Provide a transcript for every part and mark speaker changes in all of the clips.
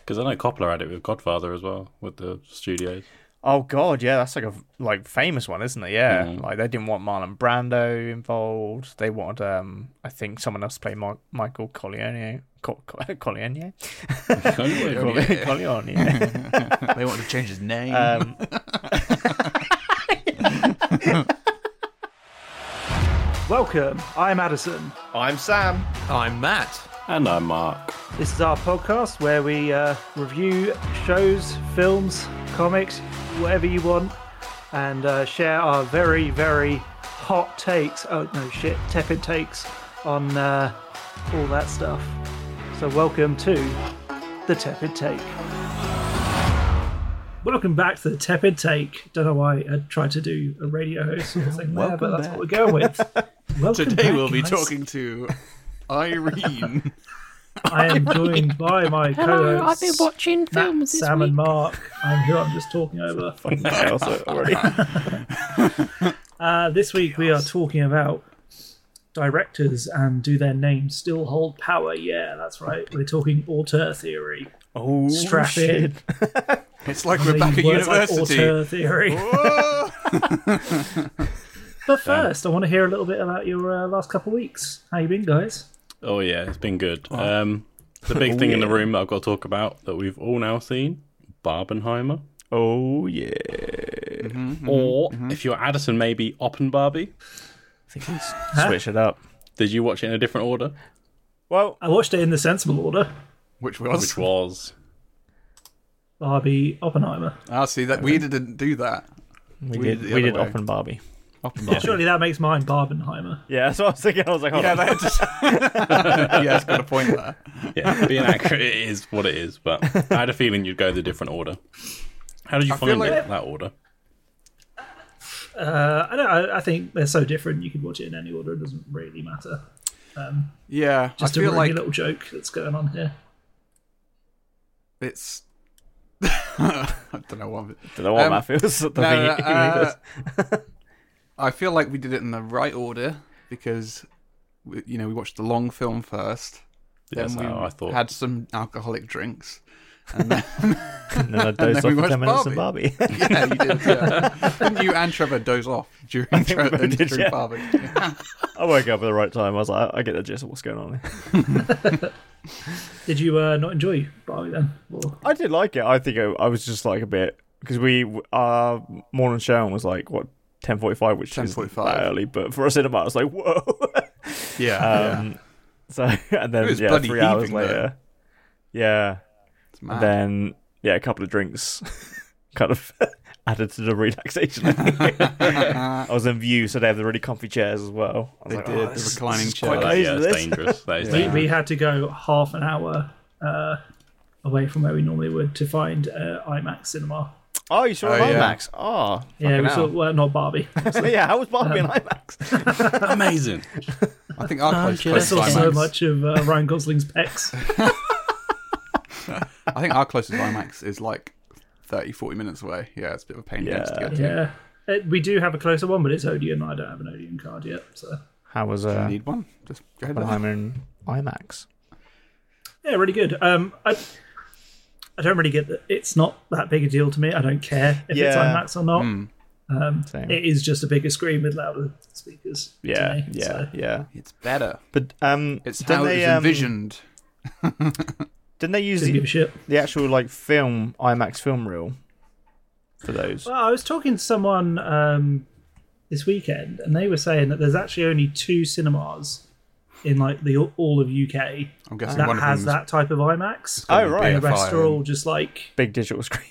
Speaker 1: Because I know Coppola had it with Godfather as well, with the studios.
Speaker 2: Oh God, yeah, that's like a like famous one, isn't it? Yeah,
Speaker 3: Mm-hmm.
Speaker 1: Mhm.
Speaker 2: like they didn't want Marlon Brando involved. They wanted, um, I think, someone else to play Mar- Michael Corleone. Co- Co- Corleone, Corleone,
Speaker 3: Corleone.
Speaker 2: Corleone.
Speaker 3: they wanted to change his name.
Speaker 2: Um,
Speaker 4: Welcome. I'm Addison.
Speaker 5: I'm Sam.
Speaker 6: I'm Matt.
Speaker 1: and I'm Mark.
Speaker 4: This is our podcast where we uh, review shows, films, comics, whatever you want, and uh, share our very, very hot takes. Oh no, shit, tepid takes on uh, all that stuff. So welcome to the tepid take. Welcome back to the tepid take. Don't know why I tried to do a radio host or something there, but that's what we're going with. Welcome
Speaker 3: Today
Speaker 4: back,
Speaker 3: we'll be
Speaker 4: guys.
Speaker 3: talking to Irene.
Speaker 4: I am joined by my co-hosts.
Speaker 7: I've been watching
Speaker 4: Matt,
Speaker 7: films this
Speaker 4: Sam
Speaker 7: week.
Speaker 4: and Mark. I'm who I'm just talking over.
Speaker 2: I also already.
Speaker 4: Uh, this week we are talking about directors and do their names still hold power? Yeah, that's right. We're talking auteur theory.
Speaker 2: Oh
Speaker 4: Strap
Speaker 2: shit!
Speaker 4: in.
Speaker 3: it's like we're back at
Speaker 4: Words like
Speaker 3: university.
Speaker 4: auteur theory.
Speaker 3: Whoa!
Speaker 4: But first, I want to hear a little bit about your uh, last couple of weeks. How you been, guys?
Speaker 1: Oh yeah, it's been good. Um, the big thing in the room that I've got to talk about that we've all now seen, Barbenheimer,
Speaker 2: Oh yeah!
Speaker 3: Mm-hmm.
Speaker 1: or if you're Addison, maybe Oppenbarbie.
Speaker 2: I think he's switch it up.
Speaker 1: Did you watch it in a different order?
Speaker 2: Well,
Speaker 4: I watched it in the sensible order.
Speaker 3: Which was?
Speaker 1: Which was
Speaker 4: Barbie Oppenheimer.
Speaker 3: Ah, see that we didn't do that.
Speaker 2: we,
Speaker 3: We
Speaker 2: did.
Speaker 3: did the
Speaker 2: We
Speaker 3: other
Speaker 2: did
Speaker 3: way.
Speaker 2: Oppen Barbie.
Speaker 4: Surely that makes mine Barbenheimer.
Speaker 2: Yeah, that's what I was thinking. I was like, hold
Speaker 3: Yeah,
Speaker 2: on.
Speaker 3: that just... yeah, it's got a point there.
Speaker 1: yeah, being accurate it is what it is. But I had a feeling you'd go the different order. How did you
Speaker 3: feel
Speaker 1: find
Speaker 3: like-
Speaker 1: it, that order?
Speaker 4: Uh, I, don't, I, I think they're so different. You could watch it in any order. It doesn't really matter.
Speaker 3: Yeah,
Speaker 4: Just
Speaker 3: I
Speaker 4: a
Speaker 3: feel
Speaker 4: really
Speaker 3: like
Speaker 4: little joke that's going on here.
Speaker 3: it's. I don't know what.
Speaker 2: Don't know what
Speaker 3: Um,
Speaker 2: Matt feels. The
Speaker 3: no,
Speaker 2: thing
Speaker 3: no,
Speaker 2: he- he
Speaker 3: uh,
Speaker 2: does.
Speaker 3: I feel like we did it in the right order because, we, you know, we watched the long film first.
Speaker 1: Yes,
Speaker 3: we
Speaker 1: how I thought.
Speaker 3: had some alcoholic drinks.
Speaker 2: And then I dozed
Speaker 3: uh,
Speaker 2: off
Speaker 3: then we
Speaker 2: for ten minutes
Speaker 3: watched
Speaker 2: in Barbie.
Speaker 3: Yeah, you did. Yeah. Didn't you and Trevor doze off during
Speaker 2: think we
Speaker 3: Trevor
Speaker 2: both
Speaker 3: and
Speaker 2: did,
Speaker 3: during
Speaker 2: yeah.
Speaker 3: Barbie?
Speaker 2: I woke up at the right time. I was like, I I get the gist of what's going on. here.
Speaker 4: Did you uh, not enjoy Barbie then? Or
Speaker 2: I did like it. I think I, I was just like a bit because we our morning show was like what ten forty five, which is
Speaker 3: 10:45.
Speaker 2: that early, but for a cinema, I was like whoa.
Speaker 3: Yeah, yeah.
Speaker 2: um, so and then
Speaker 3: It was
Speaker 2: yeah,
Speaker 3: bloody
Speaker 2: three hours
Speaker 3: heaving, though.
Speaker 2: later, yeah,
Speaker 3: It's mad.
Speaker 2: then yeah, a couple of drinks, kind of. Added to the relaxation. I think. I was in view, so they have the really comfy chairs as well. I was
Speaker 3: they
Speaker 2: like,
Speaker 3: did
Speaker 2: "Oh,
Speaker 3: the
Speaker 2: this is-
Speaker 3: reclining
Speaker 2: this is quite
Speaker 3: chair.
Speaker 1: That-
Speaker 2: crazy,
Speaker 1: yeah,
Speaker 2: this."
Speaker 1: it's dangerous. That is
Speaker 4: we,
Speaker 1: dangerous.
Speaker 4: we had to go half an hour uh, away from where we normally would to find uh, IMAX cinema.
Speaker 2: Oh, you saw it
Speaker 3: Oh,
Speaker 2: on
Speaker 3: yeah.
Speaker 2: IMAX? Oh,
Speaker 4: yeah, we
Speaker 2: fucking
Speaker 4: saw
Speaker 2: hell.
Speaker 4: well, not Barbie.
Speaker 2: yeah, how was Barbie in IMAX?
Speaker 1: Amazing.
Speaker 3: I think our close,
Speaker 4: I
Speaker 3: close
Speaker 4: saw so
Speaker 3: IMAX.
Speaker 4: much of uh, Ryan Gosling's pecs.
Speaker 3: I think our closest IMAX is like 30, 40 minutes away. Yeah, it's a bit of a pain in the ass to
Speaker 2: Yeah.
Speaker 3: get to.
Speaker 4: Yeah, Uh, we do have a closer one, but it's Odeon. I don't have an Odeon card yet, so
Speaker 2: How was
Speaker 3: You
Speaker 2: uh,
Speaker 3: need one? Just go there.
Speaker 2: Oppenheimer in IMAX?
Speaker 4: yeah, really good. Um, I I don't really get that. It's not that big a deal to me. I don't care if it's
Speaker 2: Yeah.
Speaker 4: IMAX or not. Um,
Speaker 2: Same.
Speaker 4: it is just a bigger screen with louder speakers. to
Speaker 2: Yeah,
Speaker 4: me,
Speaker 2: yeah,
Speaker 4: so.
Speaker 2: yeah.
Speaker 3: It's better.
Speaker 2: But um,
Speaker 3: It's
Speaker 2: didn't
Speaker 3: how it
Speaker 2: they,
Speaker 3: was
Speaker 2: um,
Speaker 3: envisioned.
Speaker 2: Didn't they use
Speaker 4: Didn't give a
Speaker 2: the,
Speaker 4: shit.
Speaker 2: the actual like film IMAX film reel for those?
Speaker 4: Well, I was talking to someone um, this weekend, and they were saying that there's actually only two cinemas in like the all of UK
Speaker 3: I'm guessing
Speaker 4: that
Speaker 3: Oh, one of
Speaker 4: has
Speaker 3: them
Speaker 4: that type of IMAX.
Speaker 2: Oh right,
Speaker 4: the
Speaker 3: yeah,
Speaker 4: rest
Speaker 3: fine.
Speaker 4: are all just like
Speaker 2: big digital screen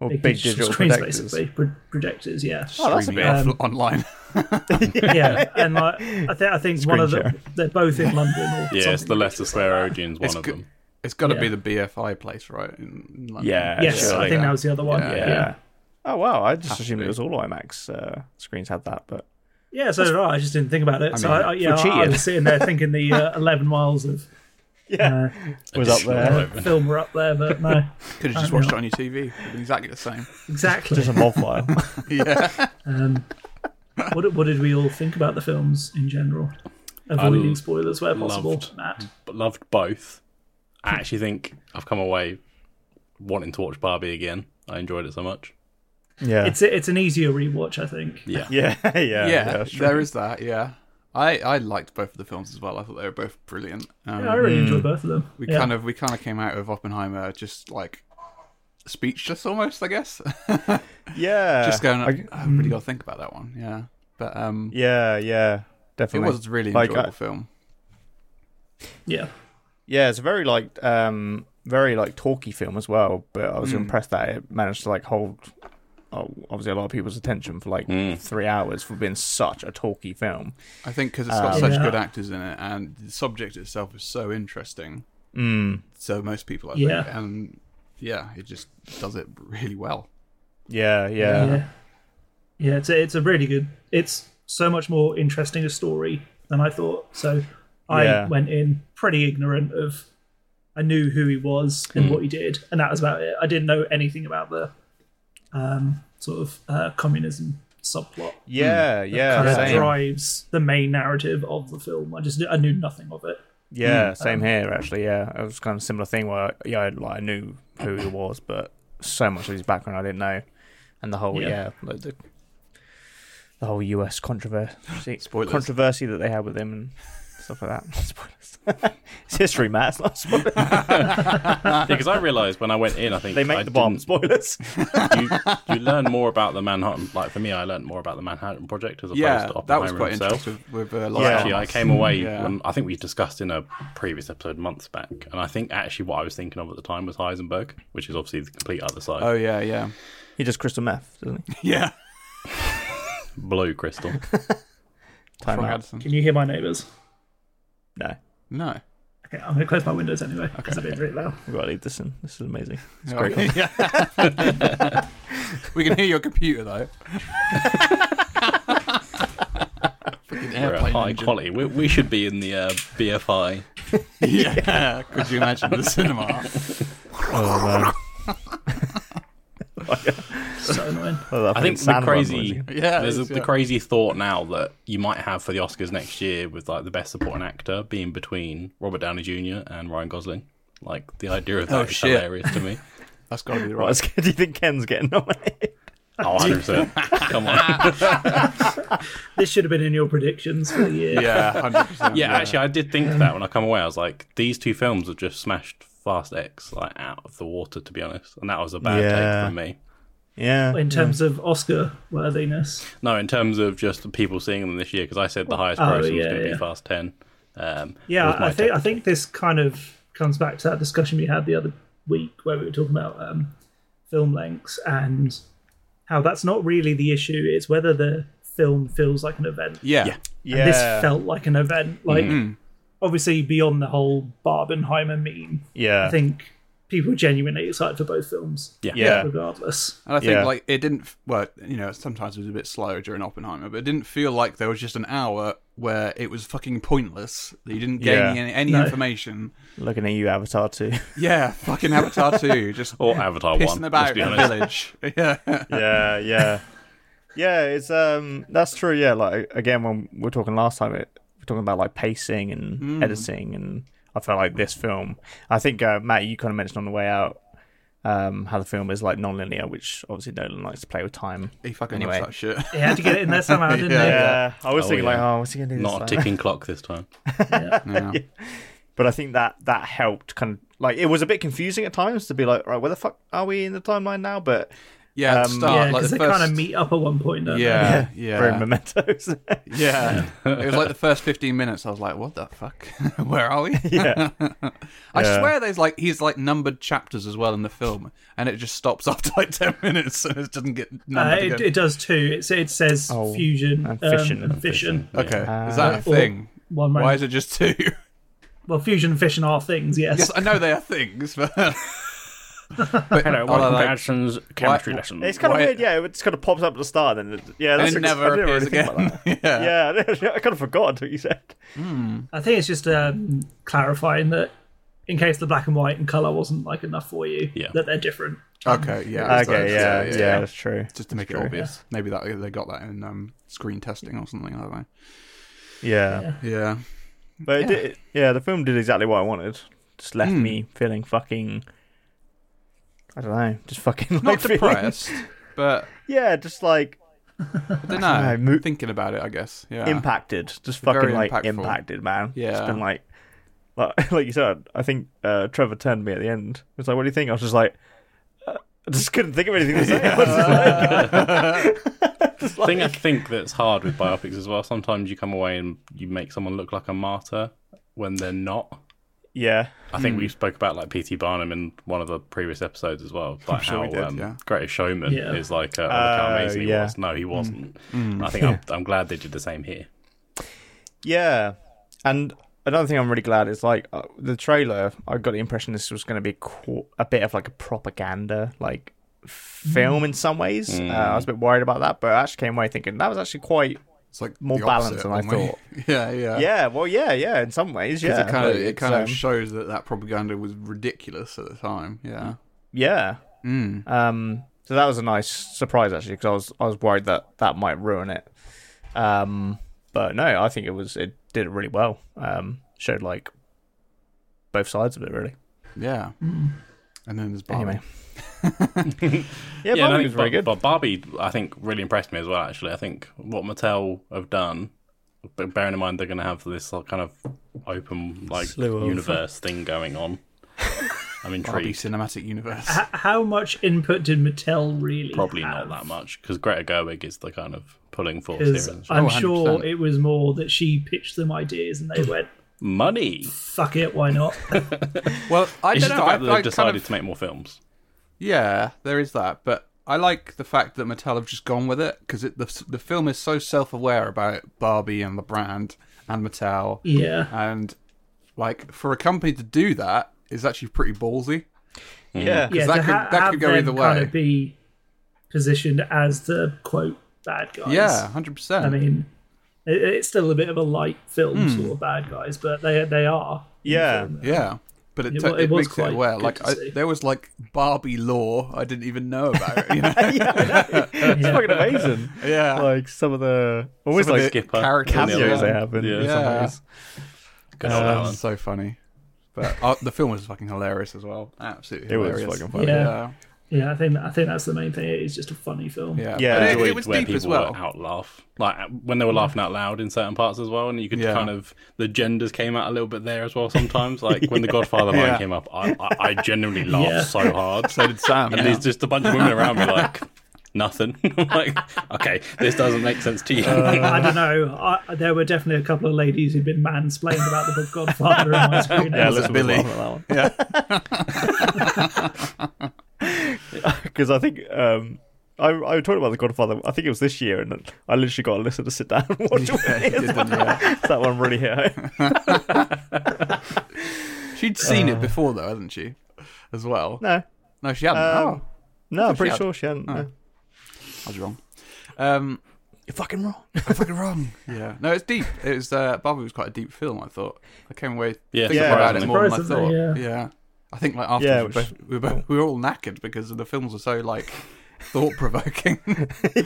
Speaker 2: or
Speaker 4: big,
Speaker 2: big,
Speaker 4: digital,
Speaker 2: digital
Speaker 4: screens,
Speaker 2: projectors.
Speaker 4: basically pro- projectors. Yeah,
Speaker 2: Oh, that's a
Speaker 3: streaming
Speaker 2: bit
Speaker 3: off- online.
Speaker 4: yeah. And like, I, th- I think one of them,
Speaker 2: share.
Speaker 4: they're both in London. Or
Speaker 1: Yeah, it's
Speaker 4: something
Speaker 1: the Leicester
Speaker 4: ridiculous
Speaker 1: Square
Speaker 4: like that.
Speaker 1: Odeon's one
Speaker 3: It's
Speaker 1: of
Speaker 3: go-
Speaker 1: them.
Speaker 3: It's got to
Speaker 4: Yeah.
Speaker 3: be the BFI place, right? In in London.
Speaker 2: Yeah,
Speaker 4: Yes,
Speaker 2: sure,
Speaker 4: I
Speaker 2: like
Speaker 4: think
Speaker 2: that.
Speaker 4: that was the other one.
Speaker 3: Yeah.
Speaker 4: Yeah,
Speaker 2: Yeah.
Speaker 4: yeah.
Speaker 2: Oh wow, I just assumed
Speaker 3: be.
Speaker 2: it was all IMAX uh, screens had that, but
Speaker 4: so did I. I just didn't think about it. so
Speaker 3: mean,
Speaker 4: I, I, yeah,
Speaker 2: we're
Speaker 4: I, I
Speaker 2: cheated.
Speaker 4: was sitting there thinking the uh, 11 miles of uh,
Speaker 2: yeah, it was up there.
Speaker 4: film were up there, but no,
Speaker 3: Could have just watched it on your TV. It'd been exactly the same.
Speaker 4: exactly.
Speaker 2: Just a mob file.
Speaker 3: Yeah.
Speaker 4: Um, what, what did we all think about the films in general? Avoiding
Speaker 1: I
Speaker 4: spoilers where possible,
Speaker 1: loved-
Speaker 4: Matt.
Speaker 1: But loved both. I actually think I've come away wanting to watch Barbie again. I enjoyed it so much.
Speaker 2: Yeah.
Speaker 4: It's a, it's an easier rewatch, I think.
Speaker 1: Yeah.
Speaker 2: yeah, yeah,
Speaker 3: Yeah,
Speaker 2: yeah. sure.
Speaker 3: there is that. Yeah, I I liked both of the films as well. I thought they were both brilliant. Um,
Speaker 4: Yeah, I really enjoyed both of them.
Speaker 3: we
Speaker 4: yeah.
Speaker 3: kind of we kind of came out of Oppenheimer just like speechless almost. I guess
Speaker 2: yeah.
Speaker 3: just going.
Speaker 2: I- Mm.
Speaker 3: I, have really got to think about that one. Yeah, but um,
Speaker 2: yeah, yeah,
Speaker 3: it
Speaker 2: definitely.
Speaker 3: was a really
Speaker 2: Like,
Speaker 3: enjoyable
Speaker 2: I-
Speaker 3: film.
Speaker 4: yeah.
Speaker 2: Yeah, it's a very like um very like talky film as well, but I was
Speaker 3: Mm.
Speaker 2: impressed that it managed to like hold oh, obviously a lot of people's attention for like
Speaker 1: Mm.
Speaker 2: 3 hours for being such a talky film.
Speaker 3: I think because it's got
Speaker 2: Um,
Speaker 3: such
Speaker 4: Yeah.
Speaker 3: good actors in it, and the subject itself is so interesting.
Speaker 2: Mm.
Speaker 3: So most people, I think,
Speaker 4: Yeah.
Speaker 3: and yeah, it just does it really well.
Speaker 2: Yeah, yeah.
Speaker 4: yeah, Uh, yeah. It's a, it's a really good. It's so much more interesting a story than I thought. So I
Speaker 2: Yeah.
Speaker 4: went in pretty ignorant of. I knew who he was and
Speaker 2: Hmm.
Speaker 4: what he did, and that was about it. I didn't know anything about the um, sort of uh, communism subplot.
Speaker 2: Yeah, yeah,
Speaker 4: Hmm. kind of
Speaker 2: same.
Speaker 4: drives the main narrative of the film. I just I knew nothing of it.
Speaker 2: Yeah, same here actually. Yeah, it was kind of a similar thing where yeah, I, like I knew who he was, but so much of his background I didn't know, and the whole yeah,
Speaker 4: Yeah.
Speaker 2: like the the whole U.S. controversy
Speaker 3: Spoilers.
Speaker 2: controversy that they had with him and stuff like that. Spoilers. it's history, Matt. It's not spoilers.
Speaker 1: Because I realised when I went in, I think
Speaker 2: They make
Speaker 1: I
Speaker 2: the bomb.
Speaker 1: didn't-
Speaker 2: Spoilers.
Speaker 1: you, you learn more about the Manhattan. Like for me, I learned more about the Manhattan Project as opposed
Speaker 3: Yeah,
Speaker 1: to Oppenheimer
Speaker 3: that was quite
Speaker 1: himself.
Speaker 3: interesting with uh,
Speaker 2: Yeah.
Speaker 1: Actually, I came away.
Speaker 3: Yeah.
Speaker 1: When, I think we discussed in a previous episode months back, and I think actually what I was thinking of at the time was Heisenberg, which is obviously the complete other side.
Speaker 3: Oh yeah, yeah,
Speaker 2: He does crystal meth, doesn't he?
Speaker 3: yeah.
Speaker 1: Blue crystal.
Speaker 2: Time
Speaker 3: From
Speaker 2: out.
Speaker 3: Addison.
Speaker 4: Can you hear my neighbours?
Speaker 2: No,
Speaker 3: No.
Speaker 4: Okay, I'm going to close my windows anyway because okay. I've been really loud.
Speaker 2: we gotta leave this in. This is amazing. It's
Speaker 3: Yeah.
Speaker 2: great. content.
Speaker 3: we can hear your computer though. Freaking
Speaker 1: We're at
Speaker 3: airplane
Speaker 2: Oh,
Speaker 1: high
Speaker 3: engine.
Speaker 1: quality. We, we should be in the uh, BFI.
Speaker 3: Yeah. Could you imagine the cinema?
Speaker 2: Oh, man.
Speaker 4: So annoying.
Speaker 2: Oh, that
Speaker 1: I think
Speaker 2: fucking
Speaker 1: the
Speaker 2: sound button,
Speaker 1: crazy,
Speaker 2: wasn't it?
Speaker 3: Yeah,
Speaker 1: there's a,
Speaker 3: it's-
Speaker 1: the
Speaker 3: yeah.
Speaker 1: crazy thought now that you might have for the Oscars next year with like the best supporting actor being between Robert Downey Jr. and Ryan Gosling. Like the idea of
Speaker 3: Oh,
Speaker 1: that is
Speaker 3: shit.
Speaker 1: hilarious to me.
Speaker 3: That's got to be the
Speaker 2: Right,
Speaker 3: right.
Speaker 2: do you think Ken's getting nominated?
Speaker 1: Oh, 100%. Come on.
Speaker 4: This should have been in your predictions for the year.
Speaker 3: Yeah, hundred percent.
Speaker 1: Yeah, actually, I did think that when I come away. I was like, these two films have just smashed Fast X like out of the water, to be honest. And that was a bad
Speaker 2: Yeah.
Speaker 1: take from me.
Speaker 2: Yeah.
Speaker 4: In terms of Oscar worthiness,
Speaker 1: No, in terms of just the people seeing them this year, because I said the highest
Speaker 4: Oh,
Speaker 1: grossing was
Speaker 4: yeah,
Speaker 1: going to
Speaker 4: yeah.
Speaker 1: be Fast 10. Um,
Speaker 4: yeah,
Speaker 1: was my
Speaker 4: I think I
Speaker 1: take.
Speaker 4: think this kind of comes back to that discussion we had the other week where we were talking about um, film lengths and how that's not really the issue. It's whether the film feels like an event.
Speaker 3: Yeah.
Speaker 2: Yeah.
Speaker 4: This felt like an event. Like obviously beyond the whole Barbenheimer meme,
Speaker 2: yeah.
Speaker 4: I think people were genuinely excited for both films.
Speaker 1: Yeah.
Speaker 2: Yeah.
Speaker 4: regardless.
Speaker 3: And I think
Speaker 2: Yeah.
Speaker 3: like it didn't. f- Well, you know, sometimes it was a bit slow during Oppenheimer, but it didn't feel like there was just an hour where it was fucking pointless. that You didn't gain
Speaker 2: Yeah.
Speaker 3: any, any
Speaker 4: No.
Speaker 3: information.
Speaker 2: Looking at you, Avatar 2.
Speaker 3: Yeah, fucking Avatar two, just
Speaker 1: Or Avatar 1.
Speaker 3: pissing about
Speaker 1: let's be
Speaker 3: in the
Speaker 1: honest.
Speaker 3: village. yeah,
Speaker 2: yeah, yeah. Yeah, it's um that's true, yeah. Like again when we were talking last time it we are talking about like pacing and editing and I felt like this film I think uh, Matt you kinda mentioned on the way out um how the film is like non-linear, which obviously Nolan likes to play with time.
Speaker 3: he fucking
Speaker 2: Anyway.
Speaker 3: loves that shit.
Speaker 4: They had to get it in there somehow, didn't
Speaker 3: Yeah.
Speaker 4: they?
Speaker 2: Yeah. I was
Speaker 1: Oh,
Speaker 2: thinking like,
Speaker 1: yeah.
Speaker 2: oh what's he gonna do this
Speaker 1: Not a
Speaker 2: time?
Speaker 1: ticking clock this time.
Speaker 3: Yeah.
Speaker 2: but I think that that helped kind of like it was a bit confusing at times to be like, right, where the fuck are we in the timeline now? But
Speaker 3: Yeah, at the
Speaker 2: Um,
Speaker 3: start,
Speaker 4: yeah,
Speaker 3: like the
Speaker 4: because
Speaker 3: first.
Speaker 4: they kind of meet up at one point, don't
Speaker 1: Uh,
Speaker 3: yeah, yeah,
Speaker 2: very mementos.
Speaker 3: yeah. it was like the first fifteen minutes. I was like, "What the fuck? Where are we?"
Speaker 2: yeah.
Speaker 3: I
Speaker 2: Yeah.
Speaker 3: swear, there's like he's like numbered chapters as well in the film, and it just stops after like ten minutes, and it doesn't get
Speaker 4: they? Uh,
Speaker 3: numbered.
Speaker 4: it,
Speaker 3: again.
Speaker 4: it does too. It, sa- it says
Speaker 2: Oh,
Speaker 4: fusion
Speaker 2: and
Speaker 4: and
Speaker 2: fission.
Speaker 4: fission. Um, and fission.
Speaker 3: okay,
Speaker 2: Uh,
Speaker 3: is that
Speaker 4: or-
Speaker 3: a thing?
Speaker 4: One
Speaker 3: Why
Speaker 4: moment.
Speaker 3: is it just two?
Speaker 4: Well, fusion and fission are things, yes.
Speaker 3: yes, I know they are things, but,
Speaker 1: Hello,
Speaker 3: welcome to
Speaker 1: Adson's
Speaker 3: chemistry
Speaker 1: lesson.
Speaker 2: It's kind of
Speaker 3: Why-
Speaker 2: weird, yeah. It just kind of pops up at the start, and it, yeah,
Speaker 3: and
Speaker 2: that's
Speaker 3: it
Speaker 2: ex- I
Speaker 3: never
Speaker 2: didn't really
Speaker 3: appears
Speaker 2: think about
Speaker 3: again.
Speaker 2: that.
Speaker 3: yeah.
Speaker 2: Yeah, I didn't- I kind of forgot what you said.
Speaker 4: I think it's just um, clarifying that in case the black and white and colour wasn't like enough for you,
Speaker 1: Yeah.
Speaker 4: that they're different.
Speaker 3: Okay. Yeah. it's like-
Speaker 2: Okay, yeah, yeah, that's true.
Speaker 3: Just to make it obvious, maybe that they got that in um, screen testing or something like
Speaker 2: Yeah,
Speaker 3: that. Yeah.
Speaker 2: but it did,
Speaker 3: Hmm.
Speaker 2: it- yeah, the film did exactly what I wanted. Just left me feeling fucking I don't know, just fucking like,
Speaker 3: Not
Speaker 2: feeling-
Speaker 3: depressed, but
Speaker 2: Yeah, just like
Speaker 3: I don't
Speaker 2: I
Speaker 3: know.
Speaker 2: don't know, mo-
Speaker 3: thinking about it, I guess. Yeah.
Speaker 2: impacted, just
Speaker 3: Very
Speaker 2: fucking like
Speaker 3: impactful.
Speaker 2: impacted, man.
Speaker 3: Yeah.
Speaker 2: just been like, like, like you said. I think uh, Trevor turned to me at the end. He was like, "What do you think?" I was just like, uh, I just couldn't think of anything to say. I was just like-
Speaker 1: thing I think that's hard with biopics as well. Sometimes you come away and you make someone look like a martyr when they're not.
Speaker 2: yeah,
Speaker 1: I think we
Speaker 3: Hmm.
Speaker 1: spoke about like P.T. Barnum in one of the previous episodes as well, like
Speaker 3: sure
Speaker 1: how
Speaker 3: we did,
Speaker 1: um,
Speaker 3: yeah. Hmm.
Speaker 1: Greatest Showman
Speaker 4: Yeah.
Speaker 1: is like uh, oh, look how
Speaker 2: Oh,
Speaker 1: amazing he
Speaker 2: yeah.
Speaker 1: was. No, he wasn't. And I think I'm, I'm glad they did the same here.
Speaker 2: yeah. And another thing I'm really glad is like uh, the trailer. I got the impression this was going to be qu- a bit of like a propaganda like film in some ways. Uh, I was a bit worried about that, but I actually came away thinking that was actually quite.
Speaker 3: It's like
Speaker 2: More
Speaker 3: the
Speaker 2: balanced
Speaker 3: opposite,
Speaker 2: than I
Speaker 3: almost. Yeah, yeah.
Speaker 2: Yeah, well, yeah, yeah. In some ways,
Speaker 3: 'Cause
Speaker 2: yeah.
Speaker 3: it kind of
Speaker 2: Like,
Speaker 3: it
Speaker 2: it's,
Speaker 3: kind
Speaker 2: um,
Speaker 3: of shows that that propaganda was ridiculous at the time. Yeah.
Speaker 2: yeah.
Speaker 3: Mm.
Speaker 2: Um, so that was a nice surprise actually, because I was I was worried that that might ruin it. Um, but no, I think it was it did it really well. Um, showed like both sides of it really.
Speaker 3: Yeah.
Speaker 1: Mm.
Speaker 3: And then there's Barbie.
Speaker 2: Anyway, yeah,
Speaker 1: and I
Speaker 2: Barbie
Speaker 1: think
Speaker 2: was very
Speaker 1: Bar-
Speaker 2: good.
Speaker 1: But Barbie, I think, really impressed me as well. Actually, I think what Mattel have done, but bearing in mind they're going to have this like, kind of open like
Speaker 8: Slew of-
Speaker 1: universe thing going on. I'm
Speaker 3: Barbie
Speaker 1: intrigued.
Speaker 3: cinematic universe.
Speaker 4: H- how much input did Mattel really?
Speaker 1: Probably
Speaker 4: have?
Speaker 1: not that much because Greta Gerwig is the kind of pulling force
Speaker 4: Because
Speaker 1: here.
Speaker 4: I'm
Speaker 3: Oh, 100%.
Speaker 4: sure it was more that she pitched them ideas and they went,
Speaker 1: Money.
Speaker 4: "Fuck it, why not?"
Speaker 3: well, I
Speaker 1: It's just
Speaker 3: don't know.
Speaker 1: the fact that
Speaker 3: I, I
Speaker 1: they've
Speaker 3: kind
Speaker 1: decided
Speaker 3: of,
Speaker 1: to make more films.
Speaker 3: yeah, there is that, but I like the fact that Mattel have just gone with it because the the film is so self aware about Barbie and the brand and Mattel,
Speaker 4: yeah,
Speaker 3: and like for a company to do that is actually pretty ballsy.
Speaker 2: yeah,
Speaker 4: yeah.
Speaker 3: that
Speaker 4: to
Speaker 3: could-
Speaker 4: ha-
Speaker 3: that
Speaker 4: have
Speaker 3: could go
Speaker 4: them
Speaker 3: either
Speaker 4: Kind
Speaker 3: way.
Speaker 4: of be positioned as the quote bad guys.
Speaker 3: Yeah, hundred percent.
Speaker 4: I mean, it, it's still a bit of a light film sort of bad guys, but they they are.
Speaker 2: yeah,
Speaker 3: Yeah, but it,
Speaker 4: It
Speaker 3: t-
Speaker 4: wa-
Speaker 3: it,
Speaker 4: it was
Speaker 3: makes it
Speaker 4: quite
Speaker 3: aware.
Speaker 4: good
Speaker 3: Like
Speaker 4: to
Speaker 3: I,
Speaker 4: see.
Speaker 3: there was like Barbie lore I didn't even know about. You know?
Speaker 2: it's fucking amazing.
Speaker 3: yeah,
Speaker 2: Like some of the always
Speaker 3: Some of
Speaker 2: like
Speaker 3: the
Speaker 1: Skipper.
Speaker 3: characters
Speaker 1: Yeah.
Speaker 2: cameos they have in
Speaker 1: Yeah.
Speaker 2: some
Speaker 3: Yeah.
Speaker 2: ways.
Speaker 1: Good old Alan.
Speaker 3: That's so funny. But uh, the film was fucking hilarious as well. Absolutely
Speaker 2: It was
Speaker 3: hilarious.
Speaker 2: fucking funny.
Speaker 3: Yeah,
Speaker 4: Yeah. yeah. I think I think that's the main thing. It is just a funny film.
Speaker 3: yeah.
Speaker 2: Yeah.
Speaker 3: But it,
Speaker 1: enjoyed
Speaker 3: it was
Speaker 1: where
Speaker 3: deep
Speaker 1: people
Speaker 3: as well.
Speaker 1: were out laugh, like when they were laughing out loud in certain parts as well, and you could
Speaker 3: Yeah.
Speaker 1: kind of the genders came out a little bit there as well. Sometimes, like when the Godfather line
Speaker 3: Yeah.
Speaker 1: came up, I, I, I genuinely laughed
Speaker 4: Yeah.
Speaker 1: so hard.
Speaker 3: So did Sam.
Speaker 1: and
Speaker 3: yeah.
Speaker 1: there's just a bunch of women around me like nothing. I'm like, okay, this doesn't make sense to you.
Speaker 3: Uh,
Speaker 4: I don't know. I, there were definitely a couple of ladies who'd been mansplained about the book Godfather on my screen.
Speaker 2: Yeah,
Speaker 4: It was
Speaker 2: Elizabeth
Speaker 3: Billy.
Speaker 2: was laughing at that one. Because I think um, I I talked about the Godfather. I think it was this year, and I literally got Alyssa to sit down and watch it.
Speaker 3: Yeah, you did, didn't you?
Speaker 2: that one really hit home.
Speaker 3: She'd seen
Speaker 4: Uh.
Speaker 3: it before though, hadn't she? As well.
Speaker 2: No,
Speaker 3: No, she hadn't.
Speaker 2: Um,
Speaker 3: oh,
Speaker 2: no, I'm pretty
Speaker 3: had-
Speaker 2: sure she hadn't.
Speaker 3: Oh.
Speaker 2: no.
Speaker 3: I was wrong. Um,
Speaker 2: You're fucking wrong.
Speaker 3: I'm fucking wrong. Yeah. No, it's deep. It was. Uh, Barbie was quite a deep film. I thought. I came away
Speaker 1: Yeah,
Speaker 3: thinking
Speaker 2: Yeah.
Speaker 3: about it more than I thought.
Speaker 4: Surprisingly,
Speaker 3: Yeah.
Speaker 4: yeah.
Speaker 3: I think like after
Speaker 2: Yeah,
Speaker 3: we,
Speaker 2: which-
Speaker 3: both, we, were both, we were all knackered because the films were so like thought provoking.
Speaker 2: Just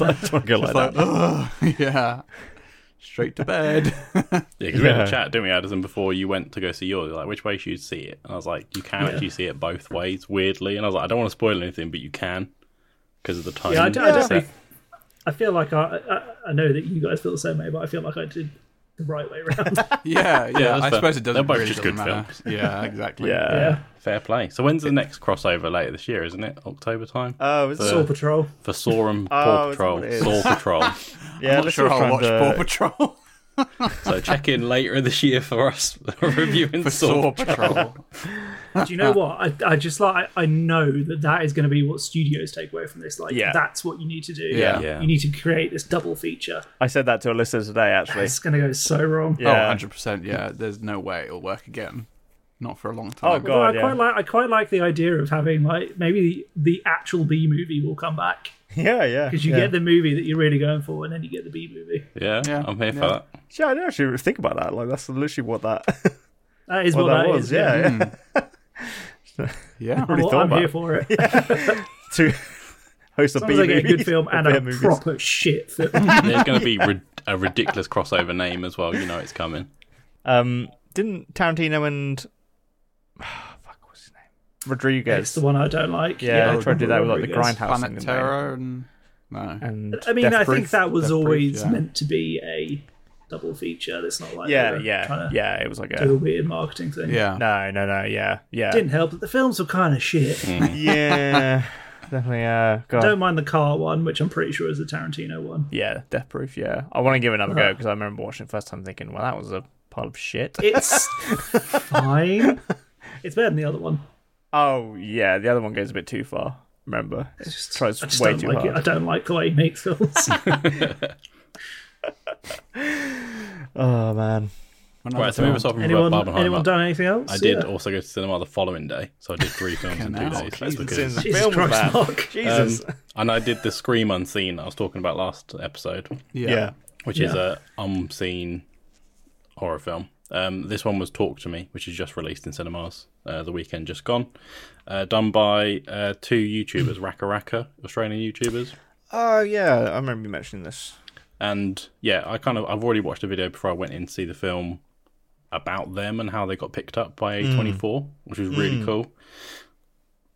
Speaker 2: like, I just want to go like,
Speaker 3: It's
Speaker 2: that.
Speaker 3: like, ugh, yeah. Straight to bed.
Speaker 1: Yeah, 'cause we had
Speaker 2: Yeah.
Speaker 1: a chat, didn't we, Addison, before you went to go see yours? Like, which way should you see it? And I was like, you can actually see it both ways, weirdly. And I was like, I don't want to spoil anything, but you can because of the time.
Speaker 4: Yeah, I, d- I
Speaker 1: set.
Speaker 4: don't think. I feel like I, I I know that you guys feel the same way, but I feel like I did the right way around.
Speaker 3: Yeah, yeah.
Speaker 1: that's
Speaker 3: I
Speaker 1: fair.
Speaker 3: suppose it doesn't
Speaker 1: They're both
Speaker 3: really
Speaker 1: just
Speaker 3: doesn't
Speaker 1: good
Speaker 3: matter. Yeah, exactly.
Speaker 2: Yeah.
Speaker 4: yeah,
Speaker 1: Fair play. So when's the next crossover later this year, isn't it? October time?
Speaker 2: Oh,
Speaker 3: Uh,
Speaker 2: is it?
Speaker 4: Saw Patrol.
Speaker 1: For Saw and Paw
Speaker 2: Oh, is that
Speaker 1: Patrol.
Speaker 2: what it is?
Speaker 1: Saw Patrol.
Speaker 2: yeah,
Speaker 3: I'm not sure I'll watch Paw Patrol.
Speaker 1: so check in later this year for us reviewing
Speaker 3: For
Speaker 1: Saw.
Speaker 3: Saw Patrol.
Speaker 4: Do you know what? I, I just like I, I know that that is going to be what studios take away from this. Like
Speaker 2: Yeah.
Speaker 4: that's what you need to do.
Speaker 3: Yeah.
Speaker 1: Yeah.
Speaker 4: you need to create this double feature.
Speaker 2: I said that to Alyssa today, actually.
Speaker 4: It's going to go so wrong.
Speaker 3: Oh,
Speaker 2: Yeah.
Speaker 3: 100%. Yeah, there's no way it'll work again. Not for a long
Speaker 2: Oh,
Speaker 3: time.
Speaker 2: God.
Speaker 4: Although I
Speaker 2: yeah.
Speaker 4: quite like I quite like the idea of having like maybe the, the actual B movie will come back
Speaker 2: yeah, yeah.
Speaker 4: because you
Speaker 2: yeah.
Speaker 4: get the movie that you're really going for, and then you get the B movie.
Speaker 1: Yeah,
Speaker 3: Yeah,
Speaker 1: I'm here
Speaker 3: yeah.
Speaker 1: for that.
Speaker 2: Yeah, I didn't actually think about that. Like, that's literally what that,
Speaker 4: That is
Speaker 2: what
Speaker 4: what,
Speaker 2: that was.
Speaker 4: is,
Speaker 2: yeah, yeah.
Speaker 3: Yeah.
Speaker 2: Really
Speaker 4: Well,
Speaker 2: thought
Speaker 4: I'm
Speaker 2: about
Speaker 4: here
Speaker 2: it.
Speaker 4: for it.
Speaker 2: To host a
Speaker 4: As long as
Speaker 2: B-movie.
Speaker 4: I get a good film and
Speaker 2: B
Speaker 4: a
Speaker 2: movies.
Speaker 4: proper shit film.
Speaker 1: There's going to be rid- a ridiculous crossover name as well. You know it's coming.
Speaker 2: Um, didn't Tarantino and fuck what's his name? Rodriguez.
Speaker 4: It's the one I don't like.
Speaker 2: Yeah, I tried to do that with like the
Speaker 4: Rodriguez.
Speaker 2: grindhouse thing,
Speaker 3: Planet
Speaker 2: didn't they?
Speaker 3: Terror and no.
Speaker 2: And
Speaker 4: I mean,
Speaker 2: Death
Speaker 4: I
Speaker 2: Proof.
Speaker 4: think that was
Speaker 3: Death Proof,
Speaker 4: always
Speaker 3: yeah.
Speaker 4: meant to be a double feature. That's not like
Speaker 2: Yeah,
Speaker 4: they were
Speaker 2: yeah,
Speaker 4: trying to
Speaker 2: yeah. It was like
Speaker 4: Do a
Speaker 2: a
Speaker 4: weird marketing thing.
Speaker 1: Hmm.
Speaker 3: Yeah.
Speaker 2: no, no, no. Yeah, yeah,
Speaker 4: Didn't help that the films were kind of shit.
Speaker 2: yeah. Definitely. Uh, God.
Speaker 4: Don't mind the car one, which I'm pretty sure is the Tarantino one.
Speaker 2: Yeah, Death Proof. Yeah, I want to give it another go because I remember watching it first time thinking, well, that was a pile of shit.
Speaker 4: It's fine. It's better than the other one.
Speaker 2: oh yeah, the other one goes a bit too far. Remember, it
Speaker 4: just-
Speaker 2: tries
Speaker 4: I just
Speaker 2: way
Speaker 4: don't
Speaker 2: too
Speaker 4: like
Speaker 2: hard.
Speaker 4: it. I don't like the way he makes films.
Speaker 2: Oh man,
Speaker 1: Right, so move us off from
Speaker 4: anyone,
Speaker 1: Barbenheimer.
Speaker 4: anyone done anything else?
Speaker 1: I did
Speaker 4: Yeah.
Speaker 1: also go to cinema the following day, so I did three films in two
Speaker 3: Fucking hell.
Speaker 1: days.
Speaker 2: Jesus,
Speaker 1: because- um,
Speaker 2: it's-
Speaker 4: Jesus
Speaker 2: Film
Speaker 4: Christ,
Speaker 2: man.
Speaker 4: Mark.
Speaker 2: Jesus.
Speaker 1: and I did the Scream Unseen I was talking about last episode,
Speaker 3: Yeah.
Speaker 2: yeah.
Speaker 1: which is a unseen horror film. Um, this one was Talk to Me, which is just released in cinemas uh, the weekend just gone. Uh, done by uh, two YouTubers, Raka Raka, Australian YouTubers.
Speaker 2: Oh yeah, I remember you mentioning this.
Speaker 1: and yeah i kind of i've already watched a video before i went in to see the film about them and how they got picked up by a24 which was really cool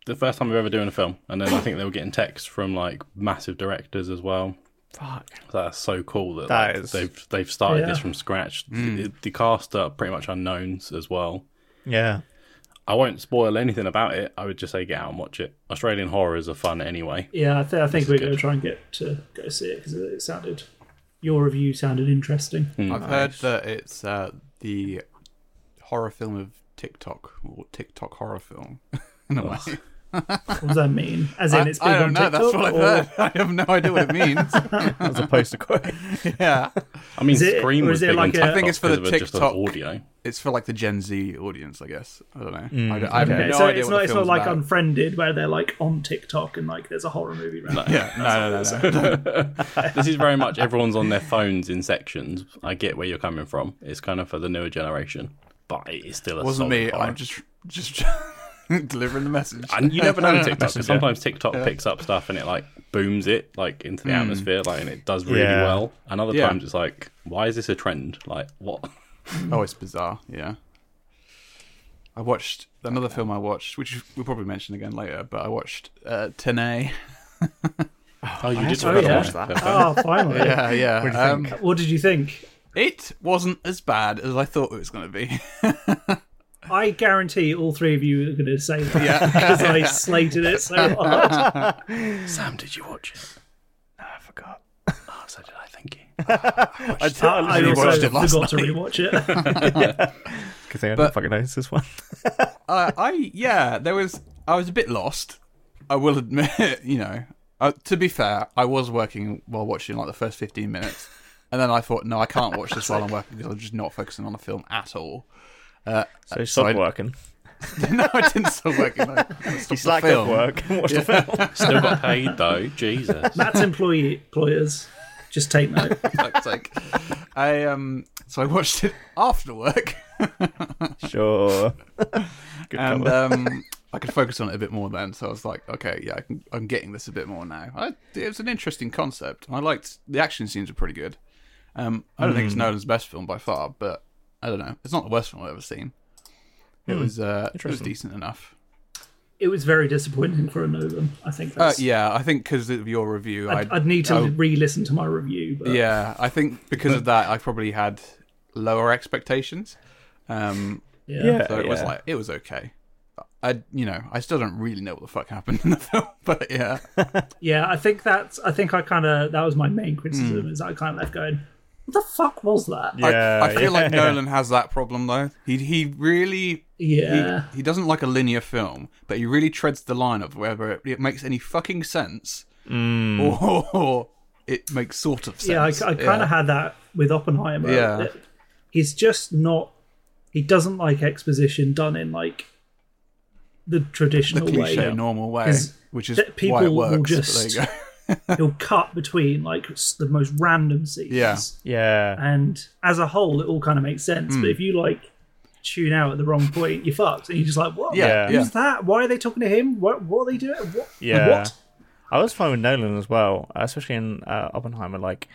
Speaker 1: the first time i've ever doing a film and then i think they were getting texts from like massive directors as well
Speaker 2: Fuck.
Speaker 1: so that's so cool that,
Speaker 2: That
Speaker 1: like,
Speaker 2: is-
Speaker 1: they've they've started this
Speaker 4: Yeah.
Speaker 1: from scratch
Speaker 3: Hmm.
Speaker 1: the, the cast are pretty much unknowns as well
Speaker 2: Yeah.
Speaker 1: i won't spoil anything about it i would just say get out and watch it australian horrors are fun anyway
Speaker 4: Yeah, I, th- I think we're going to
Speaker 1: good.
Speaker 4: try and get to go see it because it, it sounded. Your review sounded interesting.
Speaker 1: Hmm.
Speaker 3: I've heard that it's uh, the horror film of TikTok or TikTok horror film. In
Speaker 1: Oh.
Speaker 3: a way.
Speaker 4: What does that mean? As in,
Speaker 3: I,
Speaker 4: it's big
Speaker 3: I don't
Speaker 4: on
Speaker 3: know.
Speaker 4: TikTok,
Speaker 3: That's what I've
Speaker 4: or
Speaker 3: heard. I have no idea what it means.
Speaker 2: That was a poster quote.
Speaker 3: yeah,
Speaker 1: i mean
Speaker 4: Is it-
Speaker 1: scream
Speaker 4: or
Speaker 1: was
Speaker 4: is it
Speaker 1: big
Speaker 4: like
Speaker 1: on
Speaker 4: a- I
Speaker 1: TikTok
Speaker 4: think
Speaker 3: it's for
Speaker 1: because
Speaker 3: the
Speaker 1: of it just
Speaker 3: TikTok-
Speaker 1: audio
Speaker 3: it's for like the Gen Z audience, I guess. I don't know.
Speaker 1: Hmm.
Speaker 3: I, don't- I have
Speaker 2: Okay.
Speaker 3: no
Speaker 4: so
Speaker 3: idea
Speaker 4: it's
Speaker 3: what
Speaker 4: not.
Speaker 3: the
Speaker 4: It's not
Speaker 3: film's
Speaker 4: like
Speaker 3: about.
Speaker 4: unfriended, where they're like on TikTok and like there's a horror movie. Around.
Speaker 3: Yeah, no, no, no, no.
Speaker 1: this is very much everyone's on their phones in sections. I get where you're coming from. It's kind of for the newer generation, but it is still a
Speaker 3: It wasn't
Speaker 1: solid
Speaker 3: me.
Speaker 1: horror.
Speaker 3: I'm just just delivering the message.
Speaker 1: And you never know with TikTok 'cause sometimes TikTok picks up stuff and it like booms it like into the atmosphere, like and it does really
Speaker 2: Yeah.
Speaker 1: well. And other
Speaker 3: Yeah.
Speaker 1: times it's like, why is this a trend? Like what?
Speaker 3: Oh, it's bizarre. Yeah. I watched another film I watched, which we'll probably mention again later, but I watched uh, Tene.
Speaker 1: Oh, you did forget
Speaker 4: Oh,
Speaker 1: to
Speaker 4: yeah.
Speaker 1: watch that.
Speaker 4: Oh, finally.
Speaker 3: Yeah, yeah. um,
Speaker 4: What did you think?
Speaker 3: It wasn't as bad as I thought it was going to be.
Speaker 4: I guarantee all three of you are going to say that because I slated it so hard.
Speaker 1: Sam, did you watch it?
Speaker 2: I forgot.
Speaker 1: Oh, so did I. Thank you.
Speaker 2: I, t- I
Speaker 4: I
Speaker 2: literally
Speaker 4: also
Speaker 2: watched it
Speaker 3: last
Speaker 4: forgot to rewatch it.
Speaker 2: because I
Speaker 3: But-
Speaker 2: don't fucking notice this one.
Speaker 3: uh, I yeah, there was I was a bit lost. I will admit, you know. Uh, to be fair, I was working while watching like the first fifteen minutes, and then I thought, no, I can't watch this while I'm working because I'm just not focusing on the film at all.
Speaker 2: So
Speaker 3: so I-
Speaker 2: stop working.
Speaker 3: no, I didn't stop working. Like, I stopped the
Speaker 2: Slack off
Speaker 3: film.
Speaker 2: work and watch the film.
Speaker 1: Still got paid though. Jesus.
Speaker 4: That's employee employers. Just take note.
Speaker 3: Fuck's sake. I um, so I watched it after work,
Speaker 2: Sure. Good
Speaker 3: and
Speaker 2: cover.
Speaker 3: um, I could focus on it a bit more then. So I was like, okay, yeah, I can, I'm getting this a bit more now. I, it was an interesting concept. I liked the action scenes were pretty good. Um, I don't think
Speaker 4: Hmm.
Speaker 3: it's Nolan's best film by far, but I don't know. It's not the worst film I've ever seen. It
Speaker 4: Hmm.
Speaker 3: was uh, it was
Speaker 2: Interesting.
Speaker 3: decent enough.
Speaker 4: It was very disappointing for a Nolan. I think.
Speaker 3: Uh,
Speaker 4: That's,
Speaker 3: yeah, I think because of your review,
Speaker 4: I'd,
Speaker 3: I
Speaker 4: I'd need to
Speaker 3: I-
Speaker 4: re-listen to my review. But
Speaker 3: yeah, I think because of that, I probably had lower expectations. Um,
Speaker 4: yeah.
Speaker 3: So it was like it was okay. I you know I still don't really know what the fuck happened in the film, but yeah,
Speaker 4: Yeah, I think that's. I think I kind of that was my main criticism
Speaker 3: Hmm.
Speaker 4: is I kind of left going, what the fuck was that? Yeah,
Speaker 2: yeah,
Speaker 3: I, I feel
Speaker 2: yeah.
Speaker 3: like Nolan has that problem though. He he really he, he doesn't like a linear film, but he really treads the line of whether it, it makes any fucking sense
Speaker 2: Mm.
Speaker 3: or it makes sort of sense.
Speaker 4: yeah. I, kind of had that with Oppenheimer.
Speaker 3: Yeah.
Speaker 4: that he's just not. He doesn't like exposition done in like the
Speaker 3: the
Speaker 4: traditional way.
Speaker 3: cliche normal way,
Speaker 4: Is
Speaker 3: which is
Speaker 4: that people
Speaker 3: why it
Speaker 4: will
Speaker 3: works. but
Speaker 4: just-
Speaker 3: there you go.
Speaker 4: He'll cut between like s- the most random scenes.
Speaker 3: Yeah.
Speaker 2: yeah.
Speaker 4: and as a whole, it all kind of makes sense.
Speaker 3: Hmm.
Speaker 4: But if you like tune out at the wrong point, you're fucked. And you're just like, what?
Speaker 3: Yeah,
Speaker 2: Yeah.
Speaker 3: yeah.
Speaker 4: Who's that? Why are they talking to him? What? What are they doing? What?
Speaker 2: Yeah.
Speaker 4: What?
Speaker 2: I was fine with Nolan as well, especially in uh, Oppenheimer. Like,